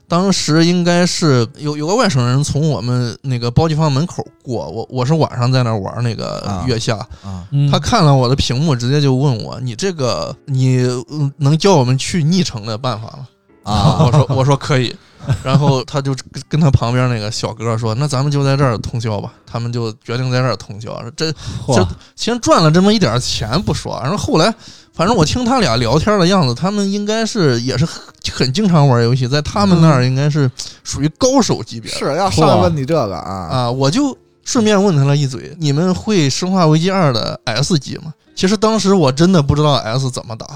当时应该是有有个外省人从我们那个包机房门口过，我我是晚上在那玩那个
啊
月下，
啊
嗯
他看了我的屏幕，直接就问我：“你这个你嗯能教我们去逆城的办法吗？”
啊
我说：“我说可 以。”然后他就跟跟他旁边那个小哥说：“那咱们就在这儿通宵吧。”他们就决定在这儿通宵。这
嚯
这先赚了这么一点钱不说，啊然后后来，反正我听他俩聊天的样子，他们应该是也是很很经常玩游戏，在他们那儿应该是属于高手级别 的。
是要上来问你这个啊
啊，我就顺便问他了一嘴：“你们会《生化危机二》的 S 级吗？”其实当时我真的不知道 S 怎么打。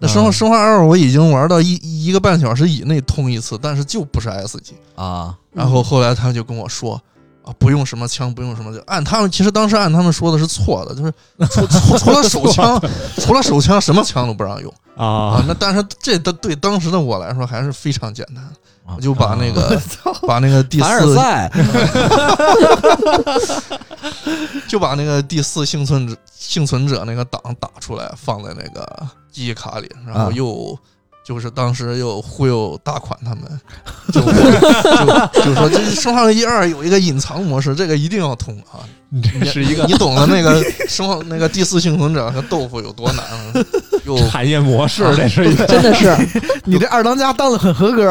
那《生化
嗯
生化二》我已经玩到一一个半小时以内通一次，但是就不是 S 级。
啊
然后后来他就跟我说。啊，不用什么枪，不用什么的，按他们其实当时按他们说的是错的，就是除除除 了手枪，除了手枪什么枪都不让用啊
啊。
那但是这的对当时的我来说还是非常简单的，
啊
我就把那个、把那个第
凡尔
四
赛
就把那个第四幸存者幸存者那个档打出来，放在那个记忆卡里，然后
啊
又、就是当时又忽悠大款他们， 就就就说这《生化危机二》有一个隐藏模式，这个一定要通啊！
你这是一个
你懂得那个生化那个第四幸存者和豆腐有多 难啊？又
产业模式，这是一个
真的 是，
你这二当家当的 很合格，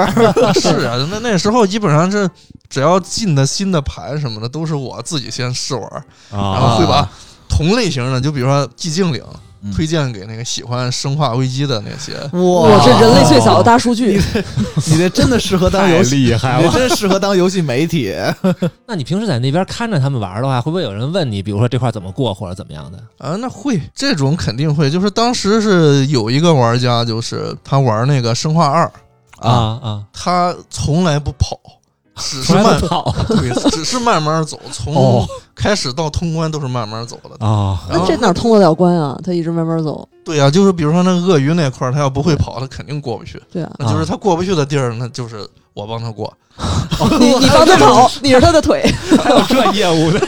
是啊，那那时候基本上是只要进的新的盘什么的，都是我自己先试玩，然后
啊
会把同类型的，就比如说寂静岭
嗯，
推荐给那个喜欢《生化危机》的那些。
我
哇
这人类最早的大数据，
你这真的适合当
太
游戏，
厉害
你这
了。
真适合当游戏媒体。
那你平时在那边看着他们玩的话，会不会有人问你，比如说这块怎么过或者怎么样的？
啊，那会这种肯定会，就是当时是有一个玩家，就是他玩那个《生化二》，
啊啊，
他从来不跑，只是
从来
慢
不，跑
对，只是慢慢走，从
哦
开始到通关都是慢慢走的。
啊
然
那
后
这哪通得了关啊？他一直慢慢走，
对啊，就是比如说那鳄鱼那块儿，他要不会跑，他肯定过不去。
对啊，
那就是他过不去的地儿，那就是我帮他过。
你你帮他跑，你是他的腿，
还有这业务的，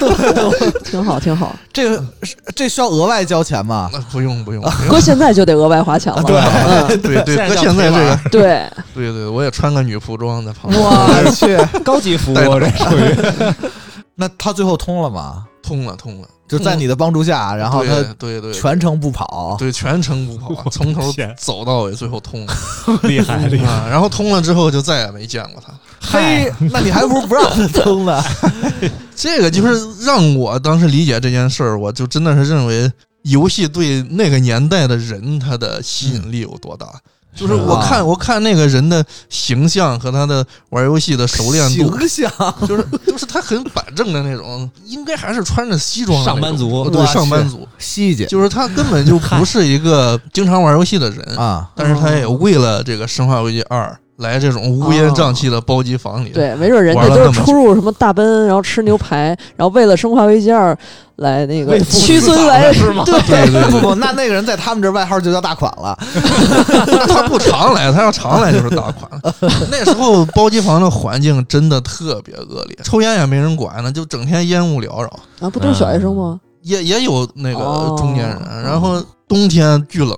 挺好挺好。
这个是这需要额外交钱吗？
那不用不用，不用
搁现在就得额外花钱了，啊对，
对对，
现在
搁
叫
现在
陪
这个
玩，
对，
对对，我也穿个女服装在旁边。
我去，
高级服务，这属于
那他最后通了吗？
通了通了，
就在你的帮助下，然后他
对对对
全程不跑。
对全程不跑，从头
天哎
走到尾，最后通了
厉害厉害。
啊！然后通了之后就再也没见过他。
嘿，那你还不如不让他通呢。
这个就是让我当时理解这件事儿，我就真的是认为游戏对那个年代的人他的吸引力有多大。就是
是啊
我看我看那个人的形象和他的玩游戏的熟练度，
形象，
就是就是他很板正的那种，应该还是穿着西装的那
上
种
班族
对
我去
上班族，
细节
就是他根本就不是一个经常玩游戏的人
啊，
但是他也为了这个《生化危机二》来这种乌烟瘴气的包机房里，
对，没准人家
玩了
就
那
是
么
出入什么大奔，然后吃牛排，然后为了《生化危机二》来那个
为父
屈
之
尊
法
来，
是吗
对，
对对 不不，那那个人在他们这儿外号就叫大款了。
他不常来，他要常来就是 大款了。那时候包机房的环境真的特别恶劣，抽烟也没人管呢，就整天烟雾缭绕。
啊，不都是小学生吗？
也也有那
哦
个中年人，然后冬天巨冷，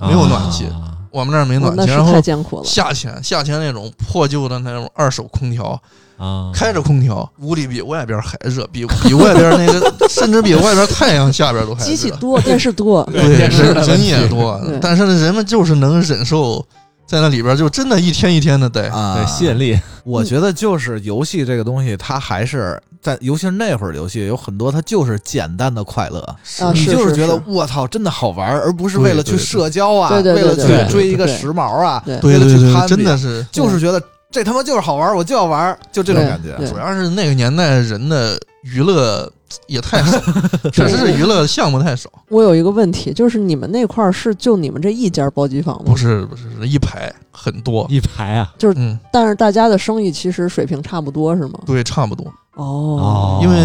没有暖气
啊
我们那儿没
哦
暖
那
气，
是
然
太
后
艰苦了。
夏天夏天那种破旧的那种二手空调，
啊，
开着空调，屋里比外边还热，比比外边那个，甚至比外边太阳下边都还
机器
热。
多，电视多，
对，
电视的问
人
题
也多
对，
但是人们就是能忍受在那里边，就真的一天一天的待。
啊，
对吸引力，
我觉得就是游戏这个东西，它还是在，尤其是那会儿游戏有很多，它就是简单的快乐。
啊
你
是
就是
是
觉得
是
我操，真的好玩儿，而不是为了去社交啊，
对对对对
为
对
了
对
去追一个
对
时髦啊，
对
对
为了
对
去
对，
攀比
真的是，
就是觉得这他妈就是好玩儿，我就要玩儿，就这种感觉。
对
主要是那个年代人的娱乐也太少， 确实是娱乐项目太少。
我有一个问题，就是你们那块儿是就你们这一家包机房吗？
不，是不是，是一排很多。
一排啊，
嗯，
但是大家的生意其实水平差不多，是吗？
对，差不多，
哦
因为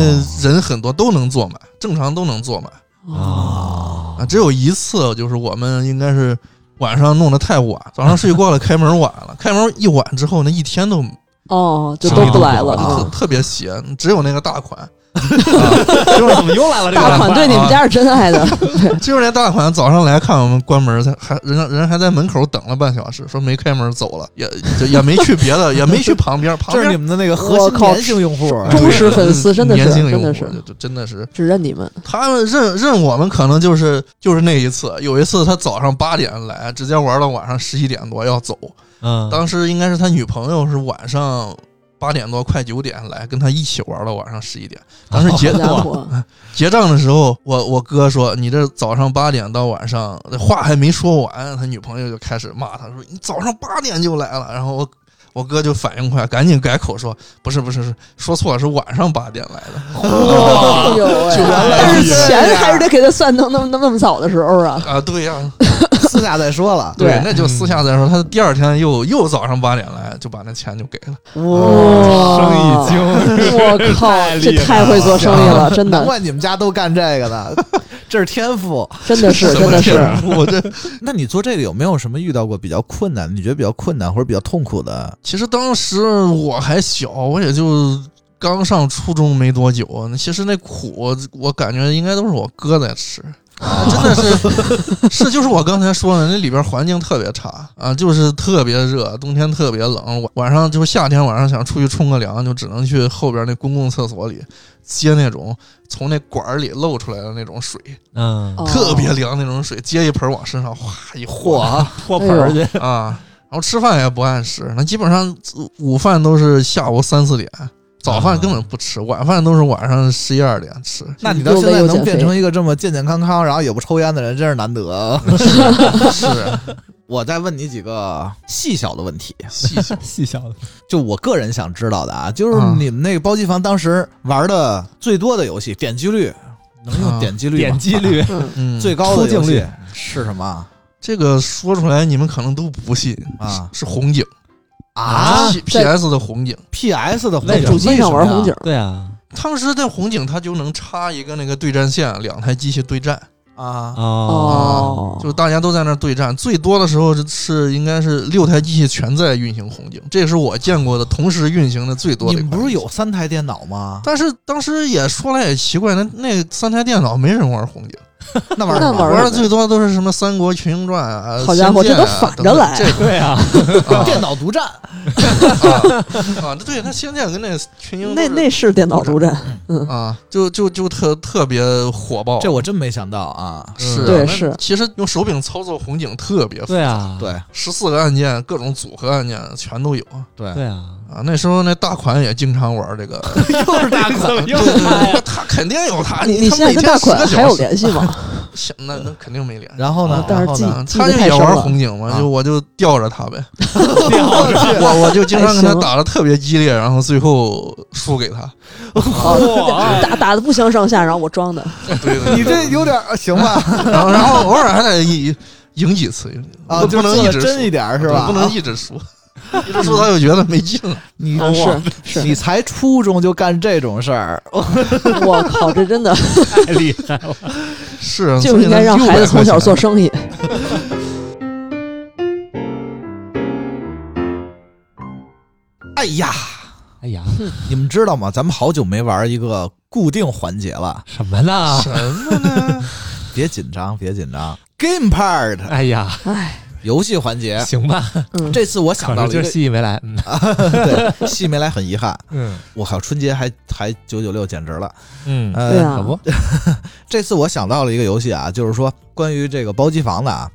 人很多都能坐满，正常都能坐满
啊
啊。只有一次，就是我们应该是晚上弄得太晚，早上睡过了，开门晚了，开门一晚之后，那一天都
哦，就都不来了
就特
啊！
特别邪，只有那个大 款，啊
就是怎么又来了这个
大款对你们家是真爱的，
只有那大款早上来看我们关门，才还人人还在门口等了半小时，说没开门走了，也就也没去别的，也没去 旁边，旁
这是你
边。
们的那个核
我
心
靠
粘性用户，
忠实粉丝
嗯
真的是
年轻
真
用
的
户
是
就就真的是
只认你们
他们认认我们可能就是就是那一次，有一次他早上八点来，直接玩到晚上十一点多要走。
嗯，
当时应该是他女朋友是晚上八点多快九点来，跟他一起玩到晚上十一点。当时结
好家伙，
结账的时候，我我哥说你这早上八点到晚上，话还没说完，他女朋友就开始骂他说你早上八点就来了，然后我。我哥就反应快，赶紧改口说：“不是，不是，是说错了，是晚上八点来的。
哎呦喂
就原来
但是
是这
钱
样
还是得给他算到那么那么那么早的时候”啊！
啊，对呀、
私下再说了。
对
那就私下再说。他第二天又又早上八点来，就把那钱就给了。
哇，
生意经，
我靠，这太会做生意了， 真
难
的，
怪你们家都干这个的， 这是天赋。
真的 是，
什
真
么
的是
天，赋我这
那你做这个有没有什么遇到过比较困难？你觉得比较困难或者比较痛苦的？
其实当时我还小，我也就刚上初中没多久。啊其实那苦，我感觉应该都是我哥在吃。啊，真的是，是就是我刚才说的，那里边环境特别差啊，就是特别热，冬天特别冷，晚晚上就是夏天晚上想出去冲个凉，就只能去后边那公共厕所里接那种从那管儿里漏出来的那种水，
嗯，
哦
特别凉那种水，接一盆往身上哗一
嚯
和
啊，
泼盆
哎
儿去，
啊，然后吃饭也不按时，那基本上呃午饭都是下午三四点，早饭根本不吃，晚饭都是晚上十一二点 吃。
那你到现在能变成一个这么健健康康，然后也不抽烟的人，真是难 得。啊
是
我再问你几个细小的问题，
细小，
细小的，
就我个人想知道的啊，就是
嗯
你们那个包机房当时玩的最多的游戏，点击率能用
啊
点击率吗？
点击率
嗯，
嗯，
最高的
出镜
游戏
率
是什么啊
这个说出来你们可能都不信
啊
是是红警
啊
，P S 的红警。
？PS 的红
那
警
主机上玩红警，
对啊，
当时在红警，它就能插一个那个对战线，两台机器对战，
啊，
哦，
哦，
就大家都在那儿对战。最多的时候是是应该是六台机器全在运行红警，这是我见过的同时运行的最多
你
的一款游戏。
们不是有三台电脑 吗？
但是当时也说来也奇怪，那那三台电脑没人玩红警，
那玩意
那
儿
玩
玩的
儿
最多都是什么《三国群英传》啊，
好家伙
仙
这
剑啊
都反着来
等等
对啊，
这 个
电脑独占，
啊啊，对，那《仙剑》跟那《群英》
那那是电脑独占，
啊，就就就特特别火爆，
这我真没想到啊！
是
对
那
是
其实用手柄操作红警特别
对啊，
对
十四个按键，各种组合按键全都有
对
对啊，
啊。那时候那大款也经常玩这个， 啊
又是大款，又
对对对他肯定有他，
你
你
你现在跟大款还有联系吗？
系？那那肯定没联系。
然后呢
啊？
哦但
然
是
后
记
呢？
啊
记
他
得
就
太
也
深
玩
了
红警嘛，
啊
就我就吊着他呗，
掉
我我就经常跟他
还行
打的特别激烈，然后最后输给他。
哇
打打的不相上下，然后我装的，
对 对
你这有点儿行吧？
然后然后偶尔还得赢赢几次，
啊，
不
就
能
做
一
的
直
真一
输
点儿是吧？
不能
啊
一直输。一直说他就觉得没劲了。
你
啊
我
是
你才初中就干这种事儿，
是，我靠，这真的
太厉害了。
是，
就是啊应该让孩子从小做
嗯所以呢600块钱
生意。
哎呀，
哎呀，
你们知道吗？咱们好久没玩一个固定环节了，
什么呢？
什么呢？
别紧张，别紧张。Game part
哎呀，
哎，
游戏环节，
行吧，
嗯，
这次我想
可
到
能
了一
就
个
是戏没来。嗯
对，戏没来很遗憾。
嗯
我靠，春节还还九九六，简直了。
嗯，
呃，
对啊
可不，
这次我想到了一个游戏啊，就是说关于这个包机房的啊，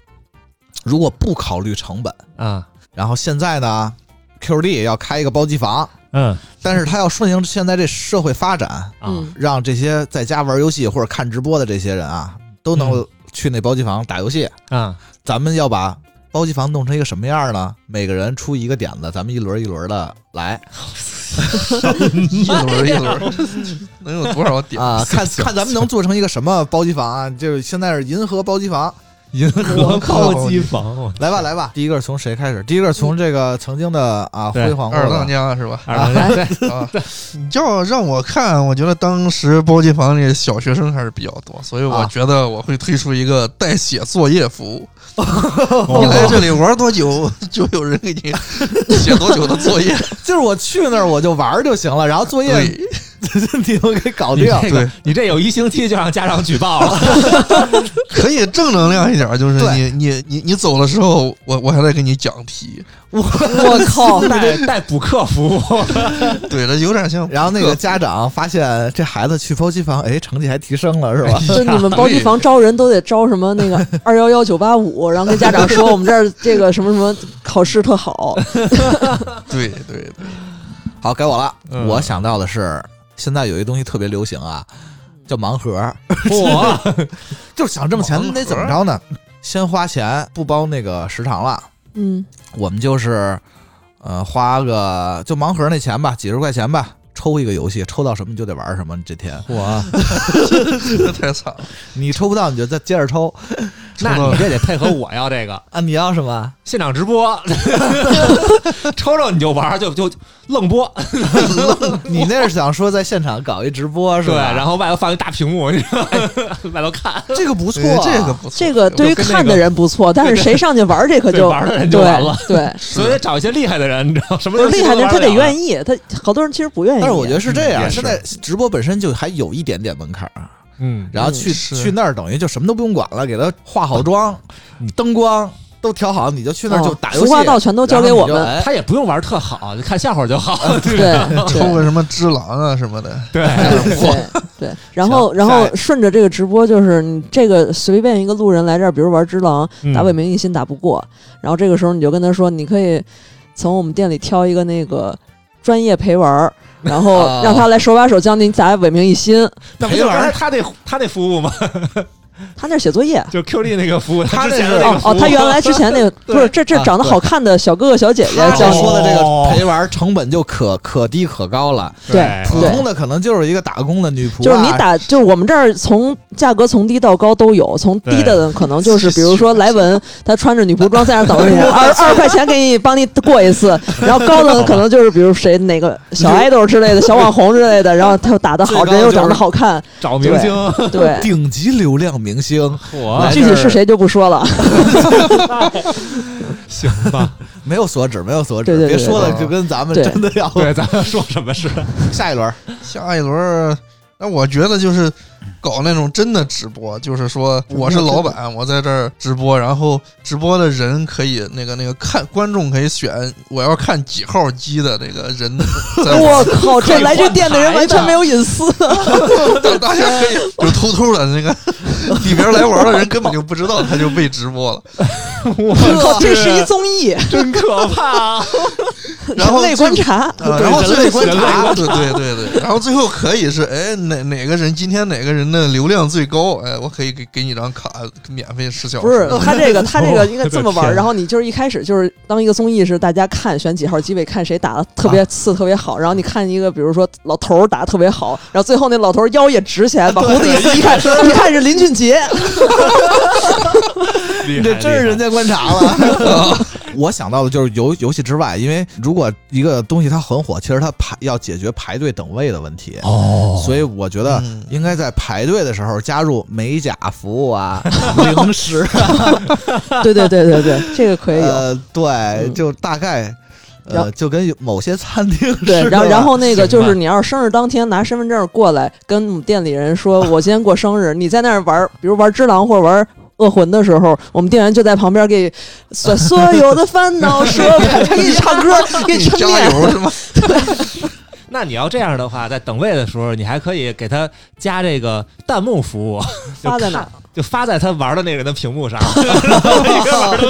如果不考虑成本，
啊，
然后现在呢，QD 要开一个包机房，
嗯
但是他要顺应现在这社会发展，
啊，
嗯
让这些在家玩游戏或者看直播的这些人啊，都
嗯
能去那包机房打游戏。
啊，
咱们要把包机房弄成一个什么样呢？每个人出一个点子，咱们一轮一轮的来
一轮一轮，能有多少点？
啊，看看咱们能做成一个什么包机房啊？就是现在是银河包机房，
银河包机房， 我
来吧来吧，第一个从谁开始？第一个从这个曾经的啊
对
辉煌过
二当
的
家是吧？
哎
二零年代
啊，你要让我看，我觉得当时包机房里小学生还是比较多，所以我
啊
觉得我会推出一个代写作业服务。
哦
你来这里玩多久，就有人给 你写多久的作业。
就是我去那儿我就玩儿就行了，然后作业
对，
你都给搞
你
定。
这个
对，
你这有一星期就让家长举报了。
可以正能量一点，就是
对
你你你你走的时候，我我还得给你讲题。
我 靠，
带带补课服务，
对的，有点像。
然后那个家长发现这孩子去包机房，哎，成绩还提升了，是吧？
就你们包机房招人都得招什么那个二幺幺九八五，然后跟家长说我们这儿这个什么什么考试特好，
对对对，
好，该我了。
嗯
我想到的是，现在有一东西特别流行啊，叫盲盒，
我
就是想挣钱
盲盒
得怎么着呢？先花钱不包那个时长了，
嗯，
我们就是呃花个就盲盒那钱吧，几十块钱吧。抽一个游戏，抽到什么你就得玩什么。你这天
我，
这太惨了。
你抽不到，你就再接着抽
那你这得配合我要这个
啊！你要什么？
现场直播，抽着你就玩儿，就就愣播，
你那是想说在现场搞一直播是
对，
吧？
然后外头放一大屏幕，你知道
哎
吗外头看，
这个不错
对
啊、
这个不错。
这个对于
跟那
看的
个
人不错，但是谁上去玩这可
对
就
玩的人就
对
完了
对，
所以得找一些厉害的人，你知道什 么
不是厉害的人他得愿
意。
意，他好多人其实不愿意。
但是我觉得是这
嗯
样，
也是
现在直播本身就还有一点点门槛儿，
嗯，
然后去、
嗯是
去那儿等于就什么都不用管了，给他化好妆，灯光都调好，你就去那儿就
哦
打游戏。
俗话道全都交给我
然后
们，
你就哎
他也不用玩特好，就看笑话就好。
嗯对
抽
对
个什么只狼啊什么的，
对，
对对，然后然后顺着这个直播，就是你这个随便一个路人来这儿，比如玩只狼，
嗯
打
嗯
伪明一心打不过，然后这个时候你就跟他说，你可以从我们店里挑一个那个专业陪玩儿，然后
啊
让他来手把手教你打伪明一心。
那不
陪
就
玩
是
儿
他那他那服务吗？
他那是写作业。
就 QD 那个服务，
他
之
那
前
是
的那个
哦
服务
哦，他原来之前 那个不是这这
啊
长得好看的小哥哥小姐姐
他
教
这
你
说的这
哦
个陪玩成本就可可低可高了，
对
普通
对，
的可能就是一个打工的女仆、啊，
就是你打就是我们这儿从价格从低到高都有，从低的可能就是比如说莱文他穿着女仆装在那儿等着你二二十块钱给你帮你过一次，然后高的可能就是比如谁哪个小 idol 之类的小网红之类的，然后他又打得好，
最高就是，
人又长得好看，
找明星，
对
顶级流量明星，
我
来
具体是谁就不说了，
行吧？
没有所指，没有所指，
对对对
别说了，
对
就跟咱们
对
真的要
对，咱们说什么是？
下一轮
下一轮儿，那我觉得就是搞那种真的直播，就是说我是老板，我在这儿直播，然后直播的人可以那个那个看观众可以选我要看几号机的那个 人在
我靠，
我，
这来这店的人完全没有隐私，
大 大家可以就偷偷的 那个里边来玩的人根本就不知道他就被直播了，
我
靠，这是一综艺，
真可怕！
然后
人类
最
观察。
啊，
对
然后
人
最后
类
观
人类
察，对对对对，然后最后可以是，哎，哪哪个人今天哪个人的流量最高，哎，我可以给给你张卡，免费十小时。
不是他这个，他这个 应
我
该
的
这么玩
天
儿。然后你就是一开始就是当一个综艺是大家看选几号机位，看谁打的特
啊
别刺、特别好。然后你看一个，比如说老头儿打的特别好，然后最后那老头儿腰也直起来，把胡子一撕，一看一看是林俊杰，
你
这真是人
家
家观察了， 我想到的就是游游戏之外，因为如果一个东西它很火，其实它排要解决排队等位的问题。
哦
所以我觉得
嗯
应该在排队的时候加入美甲服务 啊、零食啊，
对对对对对，这个可以有。嗯
呃，对，就大概，
然
呃，
后
就跟某些餐厅 似
对，
的
然后然后那个就
行
是
吧
你要是生日当天拿身份证过来，跟我们店里人说，
啊
我今天过生日，你在那儿玩儿，比如玩儿只狼或者玩儿恶魂的时候，我们店员就在旁边给所所有的烦恼 说，给你唱歌，给你
你
抻
加
面，
油是吗？
那你要这样的话，在等位的时候，你还可以给他加这个弹幕服务，
发在哪儿？
就发在他玩的那个人的屏幕上，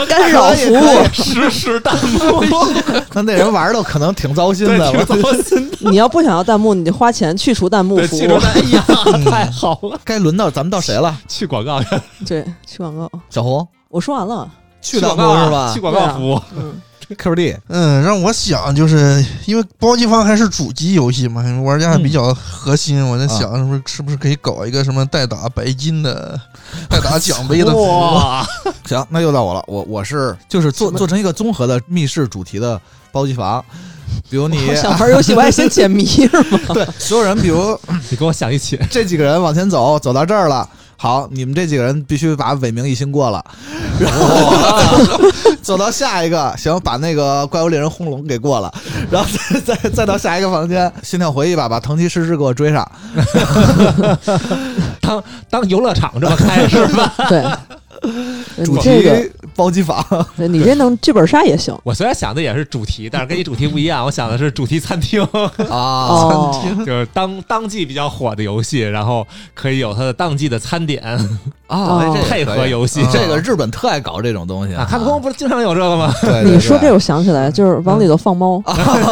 干扰服务，
实时弹幕。
那那人玩的可能挺糟心
对，
的，
挺
我
糟心的。
你要不想要弹幕，你就花钱去除弹幕
对，
服
记住
务。
了，哎呀，太好了！
该轮到咱们到谁了？
去广告，
对，去广告。
小红
我说完了，
去
广
当
告
过
啊
是吧
去广告服务，
嗯，
？QD
嗯，让我想，就是因为包机房还是主机游戏嘛，玩家
嗯
比较核心，我
啊
在想是不是是不是可以搞一个什么代打白 金的、代打奖杯的
哦
服务？
哇，
行，那又到我了，我我是就是做做成一个综合的密室主题的包机房，比如你
我想玩游戏，我还先解谜是吗？
对所有人，比如
你跟我想一起，
这几个人往前走，走到这儿了。好，你们这几个人必须把伟明一星过了，然后 走到下一个，行，把那个怪物猎人轰龙给过了，然后再再再到下一个房间，心跳回忆吧，把藤崎诗诗给我追上。
当当游乐场这么开是吧？
对，对
主
你
题
嗯这个
包机房，
对，你这能剧本杀也行。
我虽然想的也是主题，但是跟你主题不一样，我想的是主题餐厅，
啊，
哦，
就是当当季比较火的游戏，然后可以有它的当季的餐点
啊
哎这个
配合
可以
游戏
啊。
这个日本特爱搞这种东西
啊，卡普空不是经常有这个吗？
对对
你说
对
这，我想起来，就是往里头放猫，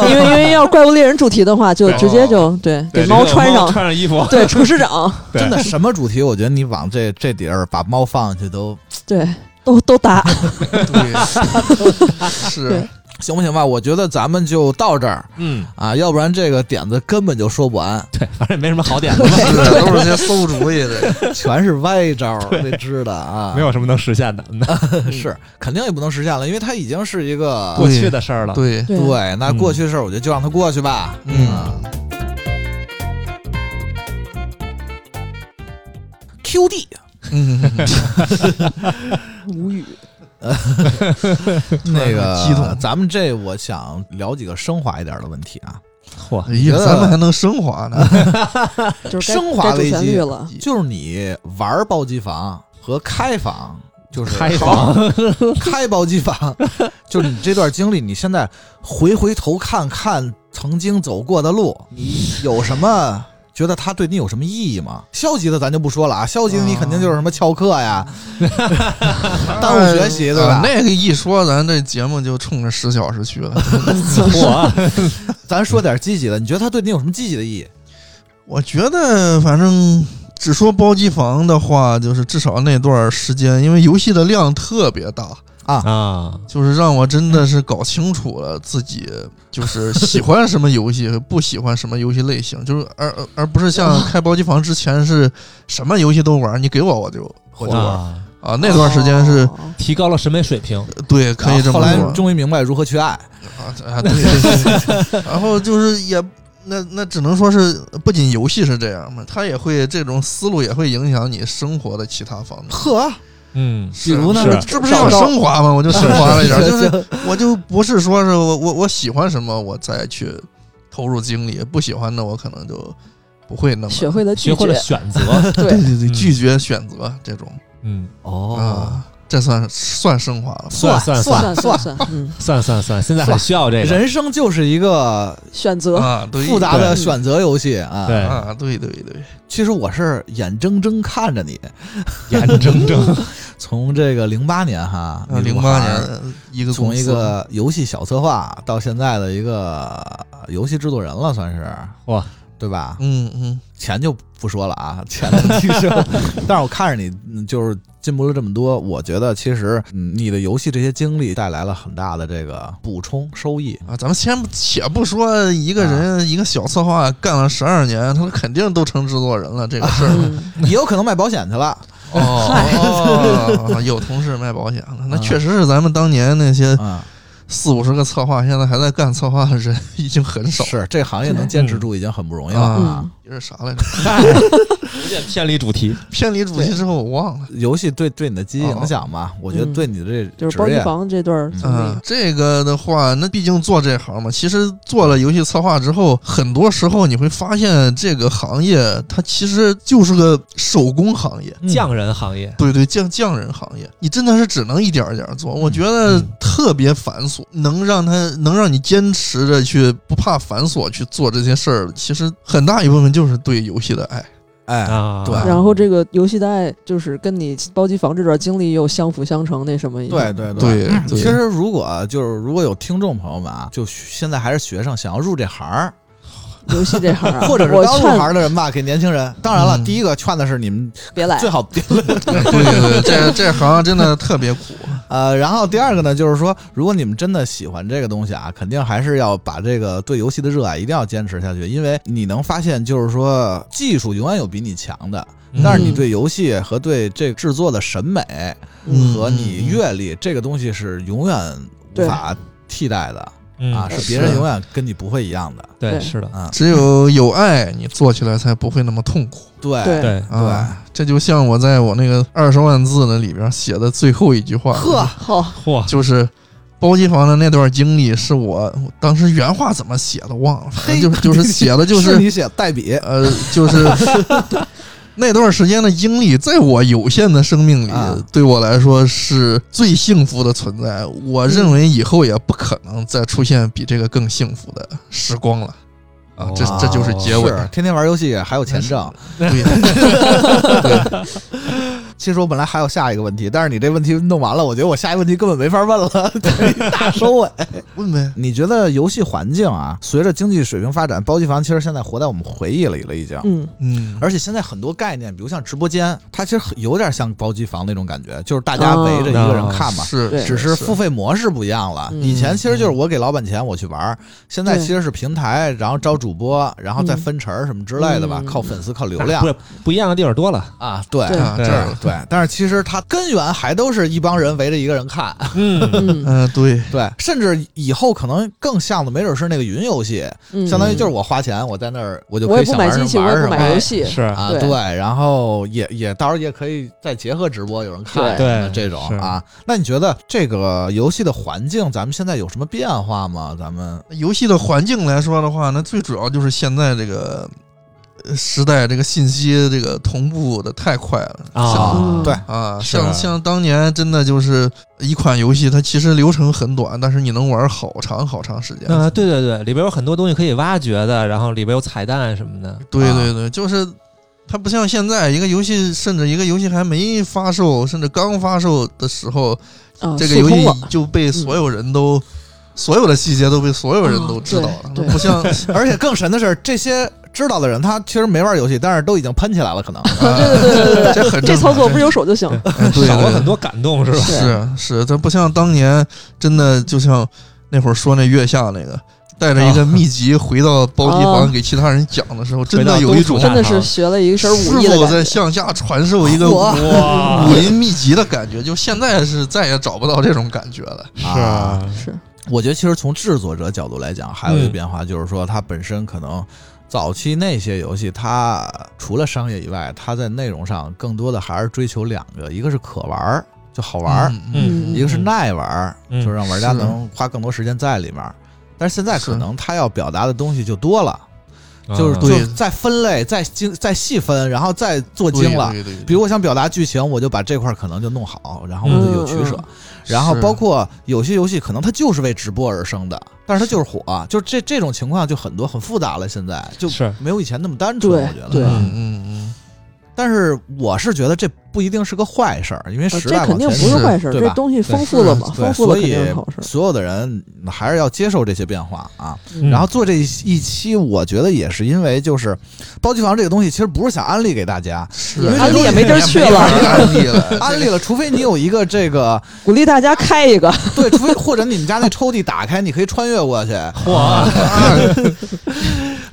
因为因为要是怪物猎人主题的话，就
对哦
直接就对给
对
猫
这个
穿上，
穿上衣服，
对厨师长，
对
真的什么主题，我觉得你往这这底儿把猫放上去都
对都都搭，
对，是
对
行不行吧？我觉得咱们就到这儿
嗯，
啊，要不然这个点子根本就说不完，
对，反正也没什么好点 子，
是都是些馊主意的。
全是歪招儿，得知道啊。
没有什么能实现的，那
是肯定也不能实现了，因为它已经是一个
过去的事儿了。
对，
对
对，那过去的事儿，我觉得就让它过去吧。
嗯
啊。Q D，
嗯，
无语。
那个
激动
咱们这我想聊几个升华一点的问题啊，
嚯，
哎呀，咱们还能升华呢。
就是该
升华
该主
危
旋
机
律了，
就是你玩包机房和开房，就是
开房
开包机房，就是你这段经历，你现在回回头看看曾经走过的路，你有什么？觉得它对你有什么意义吗？消极的咱就不说了啊，消极的你肯定就是什么翘课 呀，耽误学习对吧
嗯
啊那个一说，咱这节目就冲着十小时去 了。
嚯，
咱说点积极的。你觉得它对你有什么积极的意义？
我觉得，反正只说包机房的话，就是至少那段时间，因为游戏的量特别大，
啊，
就是让我真的是搞清楚了自己就是喜欢什么游戏，和不喜欢什么游戏类型，就是而而而不是像
啊
开包机房之前是什么游戏都玩，你给我我就我就玩
啊，
啊。那段时间是
哦
提高了审美水平，
对，可以这
啊后
么
来
说。
终于明白如何去爱。
啊啊，对对 对，然后就是也那那只能说是不仅游戏是这样嘛，它也会这种思路也会影响你生活的其他方面。
呵，
嗯，
比如呢
是
这不是要升华吗？我就升华 了一点，
是
就是 我就不是说是我我我喜欢什么我再去投入精力，不喜欢的我可能就不会那么
学会了
学
拒
会了
绝，
选择，
对
对，
对对
嗯
拒绝选择这种
嗯，
哦，
啊，这算算升华了吧。
算算算
算算算，嗯，
算算算，现在很需要这个，
人生就是一个
选择
啊，对，
复杂的
对
选择游戏啊。
对，
啊，对对对，
其实我是眼睁睁看着你
眼睁睁，
从这个零八年哈，哎你
啊零
入
八
行
年一个公
从一
司
个游戏小策划到现在的一个呃游戏制作人了，算是
哇，
对吧？
嗯嗯。
钱就不说了啊， 钱的提 升。但是我看着你嗯就是进步了这么多，我觉得其实嗯你的游戏这些经历带来了很大的这个补充收 益。
啊，咱们先且不说一个人、一个小策划干了十二年，他肯定都成制作人了这个事儿。啊
嗯
也有可能卖保险去 了，
哦，有同事卖保险了，那确实是咱们当年那些
嗯，
四五十个策划，现在还在干策划的人已经很 少。
是这行业能坚持住已经很不容易了啊
嗯。
这是啥来着？
有点偏离主题。
偏离主题之后我忘了。
游戏对对你的积极影响吧，我觉得
嗯
对你的这
就是包
职
机
业，
房这段儿经
嗯
历，，
这个的话，那毕竟做这行嘛，其实做了游戏策划之后，很多时候你会发现这个行业它其实就是个手工行业。
匠人行业，
对对，匠匠人行业，你真的是只能一点儿一点儿做，我觉得特别繁琐，能让他能让你坚持着去不怕繁琐去做这些事儿，其实很大一部分就是对游戏的爱。嗯
哎，
啊，
对
然后这个游戏的爱就是跟你包机房这段经历又相辅相成，那什么一样
对对
对，对
嗯其实如果就是如果有听众朋友们啊，就现在还是学生，想要入这行儿，
游戏这行啊，
或者是
我
刚入
劝
行的人吧，给年轻人。当然了，
嗯
第一个劝的是你们
别来
最，好别
对对对，这这行真的特别苦。啊
呃，然后第二个呢，就是说，如果你们真的喜欢这个东西啊，肯定还是要把这个对游戏的热爱一定要坚持下去，因为你能发现，就是说，技术永远有比你强的，但是你
嗯
对游戏和对这个制作的审美
嗯
和你阅历，这个东西是永远无
对
法替代的
嗯
啊，
嗯
是别人
是
永远跟你不会一样的
对，
对
是的，
啊。
只有有爱，你做起来才不会那么痛苦。
对
对
对，
啊，这就像我在我那个二十万字的里边写的最后一句话，
呵，好，
嚯，
就是包机房的那段经历，是我我当时原话怎么写的忘了，反正就是就是写的就 是是
你写代笔
呃，就是 那段时间的经历，在我有限的生命里
啊，
对我来说是最幸福的存在。我认为以后也不可能再出现比这个更幸福的时光了。啊，这这就是结尾，
是天天玩游戏还有钱挣，
对 呀，
其实我本来还有下一个问题，但是你这问题弄完了，我觉得我下一个问题根本没法问了， 大收尾。
问呗。
你觉得游戏环境啊，随着经济水平发展，包机房其实现在活在我们回忆里了，已经。
嗯，
嗯，
而且现在很多概念，比如像直播间，它其实很有点像包机房那种感觉，就是大家围着一个人看嘛，
是啊
对
只是付费模式不一样了。
嗯
以前其实就是我给老板钱我去玩儿，现在其实是平台，然后招主播，然后再分成儿什么之类的吧，
嗯
靠粉丝靠流
那
量
不。是不一样的地方多 了，
啊，对，
对
啊，
对
这儿
对，但是其实它根源还都是一帮人围着一个人看，
嗯，
嗯
嗯，对，
对，甚至以后可能更像的，没准是那个云游戏，
嗯，
相当于就是我花钱，我在那儿我就
我
可以
也不
想
买
玩什么
机器，我
玩
也
什
不
么
买游
哎
戏，
是
啊，
对
对，然后也也到时候也可以再结合直播，有人看
对
什么这种
是
啊。那你觉得这个游戏的环境，咱们现在有什么变化吗？咱们
游戏的环境来说的话，那最主要就是现在这个呃时代，这个信息这个同步的太快了
啊
嗯
对，
啊！
是
像像当年真的就是一款游戏，它其实流程很短，但是你能玩好长好长时间。
嗯
啊，对对对，里边有很多东西可以挖掘的，然后里边有彩蛋什么的，
对
啊
对对，就是它不像现在一个游戏，甚至一个游戏还没发售，甚至刚发售的时候，
啊
这
速
个游
通
戏
了
就被所有人都。所有的细节都被所有人都知道了
啊，
那
对
不像
而且更神的是，这些知道的人他其实没玩游戏，但是都已经喷起来了，可能
对对对 对对，
啊这很
这
正
操
常
作不是有手就行，
哎对
少了
对
很多感动，是吧？
是是，咱不像当年真的，就像那会儿说那月下那个，带着一个秘籍回到包机
啊
房给其他人讲的时候，真
到
的有
东
一
楚
种
大
真的
堂
是学了一身
师
武艺的
傅在
感觉。
向下传授一个武
哇
哇
武林秘籍的感觉，就现在是再也找不到这种感觉了。
是
啊
是，
我觉得其实从制作者角度来讲，还有一个变化就是说，它本身可能早期那些游戏，它除了商业以外，它在内容上更多的还是追求两个，一个是可玩儿，就好玩儿；
嗯，
一个是耐玩儿，
嗯
就是让玩家
是
能花更多时间在里面儿。但是现在可
是
能它要表达的东西就多了，
啊嗯
就是
对
就再分类、再精、再细分，然后再做
对
精了。
对对对
比如我想表达剧情，我就把这块儿可能就弄好，然后我就有取舍。
嗯
然后
是
包括有些游戏可能它就是为直播而生的，但是它就是火，啊就这这种情况就很多很复杂了。现在就是没有以前那么单纯，
对
我觉得。
对
嗯嗯嗯，
但是我是觉得这不一定是个坏事儿，因为
呃
时
这
代
肯
往
定
前
不
进
是坏事，
对
这
吧
东西丰富了嘛，
对，
丰富
所
了肯
以
定是好事。
所有的人还是要接受这些变化啊。
嗯
然后做这一期，我觉得也是因为就是包机房这个东西，其实不是想安利给大家，
是
因为
安利也没地儿去了
安利了，
安利了，除非你有一个这个
鼓励大家开一个，
对，除非或者你们家那抽屉打开，你可以穿越过去，
嚯，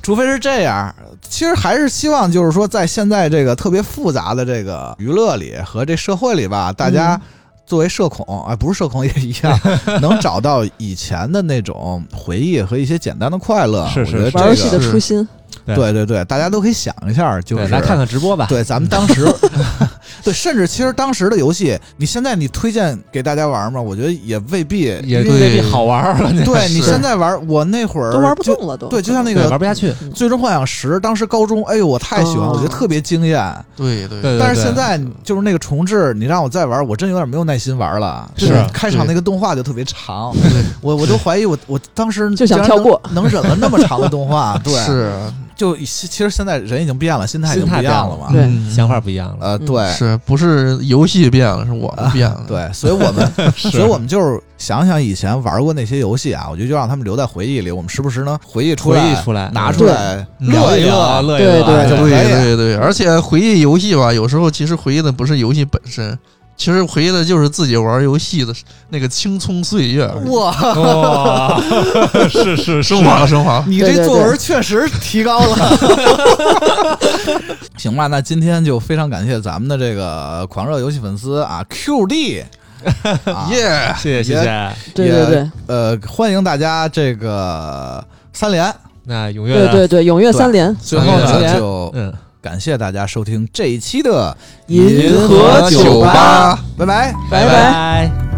除非是这样。其实还是希望就是说，在现在这个特别复杂的这个娱乐里和这社会里吧，大家作为社恐啊，不是社恐也一 样，能找到以前的那种回忆和一些简单的快乐。
是是
我觉得
是
玩游戏
这
的
个
初心，
对对对，大家都可以想一下，就是
对，来看看直播吧。
对，咱们当时，对， 甚至其实当时的游戏，你现在你推荐给大家玩嘛，我觉得也未必，
也
因为
未必好 玩儿了，
对你
是
现在玩，我那会儿
都玩不
就
动了都。
对，就像那
对玩
个
不嗯下去。
《最终幻想十》，当时高中，哎呦，我太喜欢，我觉得特别惊艳。
对对
对
但是现在就是那个重置，你让我再玩，我真有点没有耐心玩了。啊
是
就开场那个动画就特别长，我我都怀疑我我当时
就
竟
想
然
跳
能
过，
能忍了那么长的动画。对，啊
是
就其其实现在人已经变了，心态已经
心
不
态
一
变
样
了
了嘛。
对
嗯
想法不一样了，
呃，
嗯
对，
是不是游戏变了，是我们变了，
对，所以我们，所以我们就是想想以前玩过那些游戏啊，我觉得就让他们留在回忆里，我们时不时能回忆出
回
来，
忆出来，
拿出来
聊
乐
一
一
聊啊，
乐。
乐一乐啊，
对
对
对
可以
对对，而且回忆游戏吧，有时候其实回忆的不是游戏本身，其实回忆的就是自己玩游戏的那个青葱岁月。
哇，
哇，是是是
升华了，升华了！
你
啊
这
对对
作文
对
确实提高了。 行吧，那今天就非常感谢咱们的这个呃狂热游戏粉丝啊，QD，啊
耶，
谢谢谢谢，
对对对
呃，欢迎大家这个三连。
那踊跃
对
的
对对，踊跃三连，
最后
三
呢，
连
就
嗯，
感谢大家收听这一期的
银
银
河
河
酒
酒
吧
吧，拜拜。
拜
拜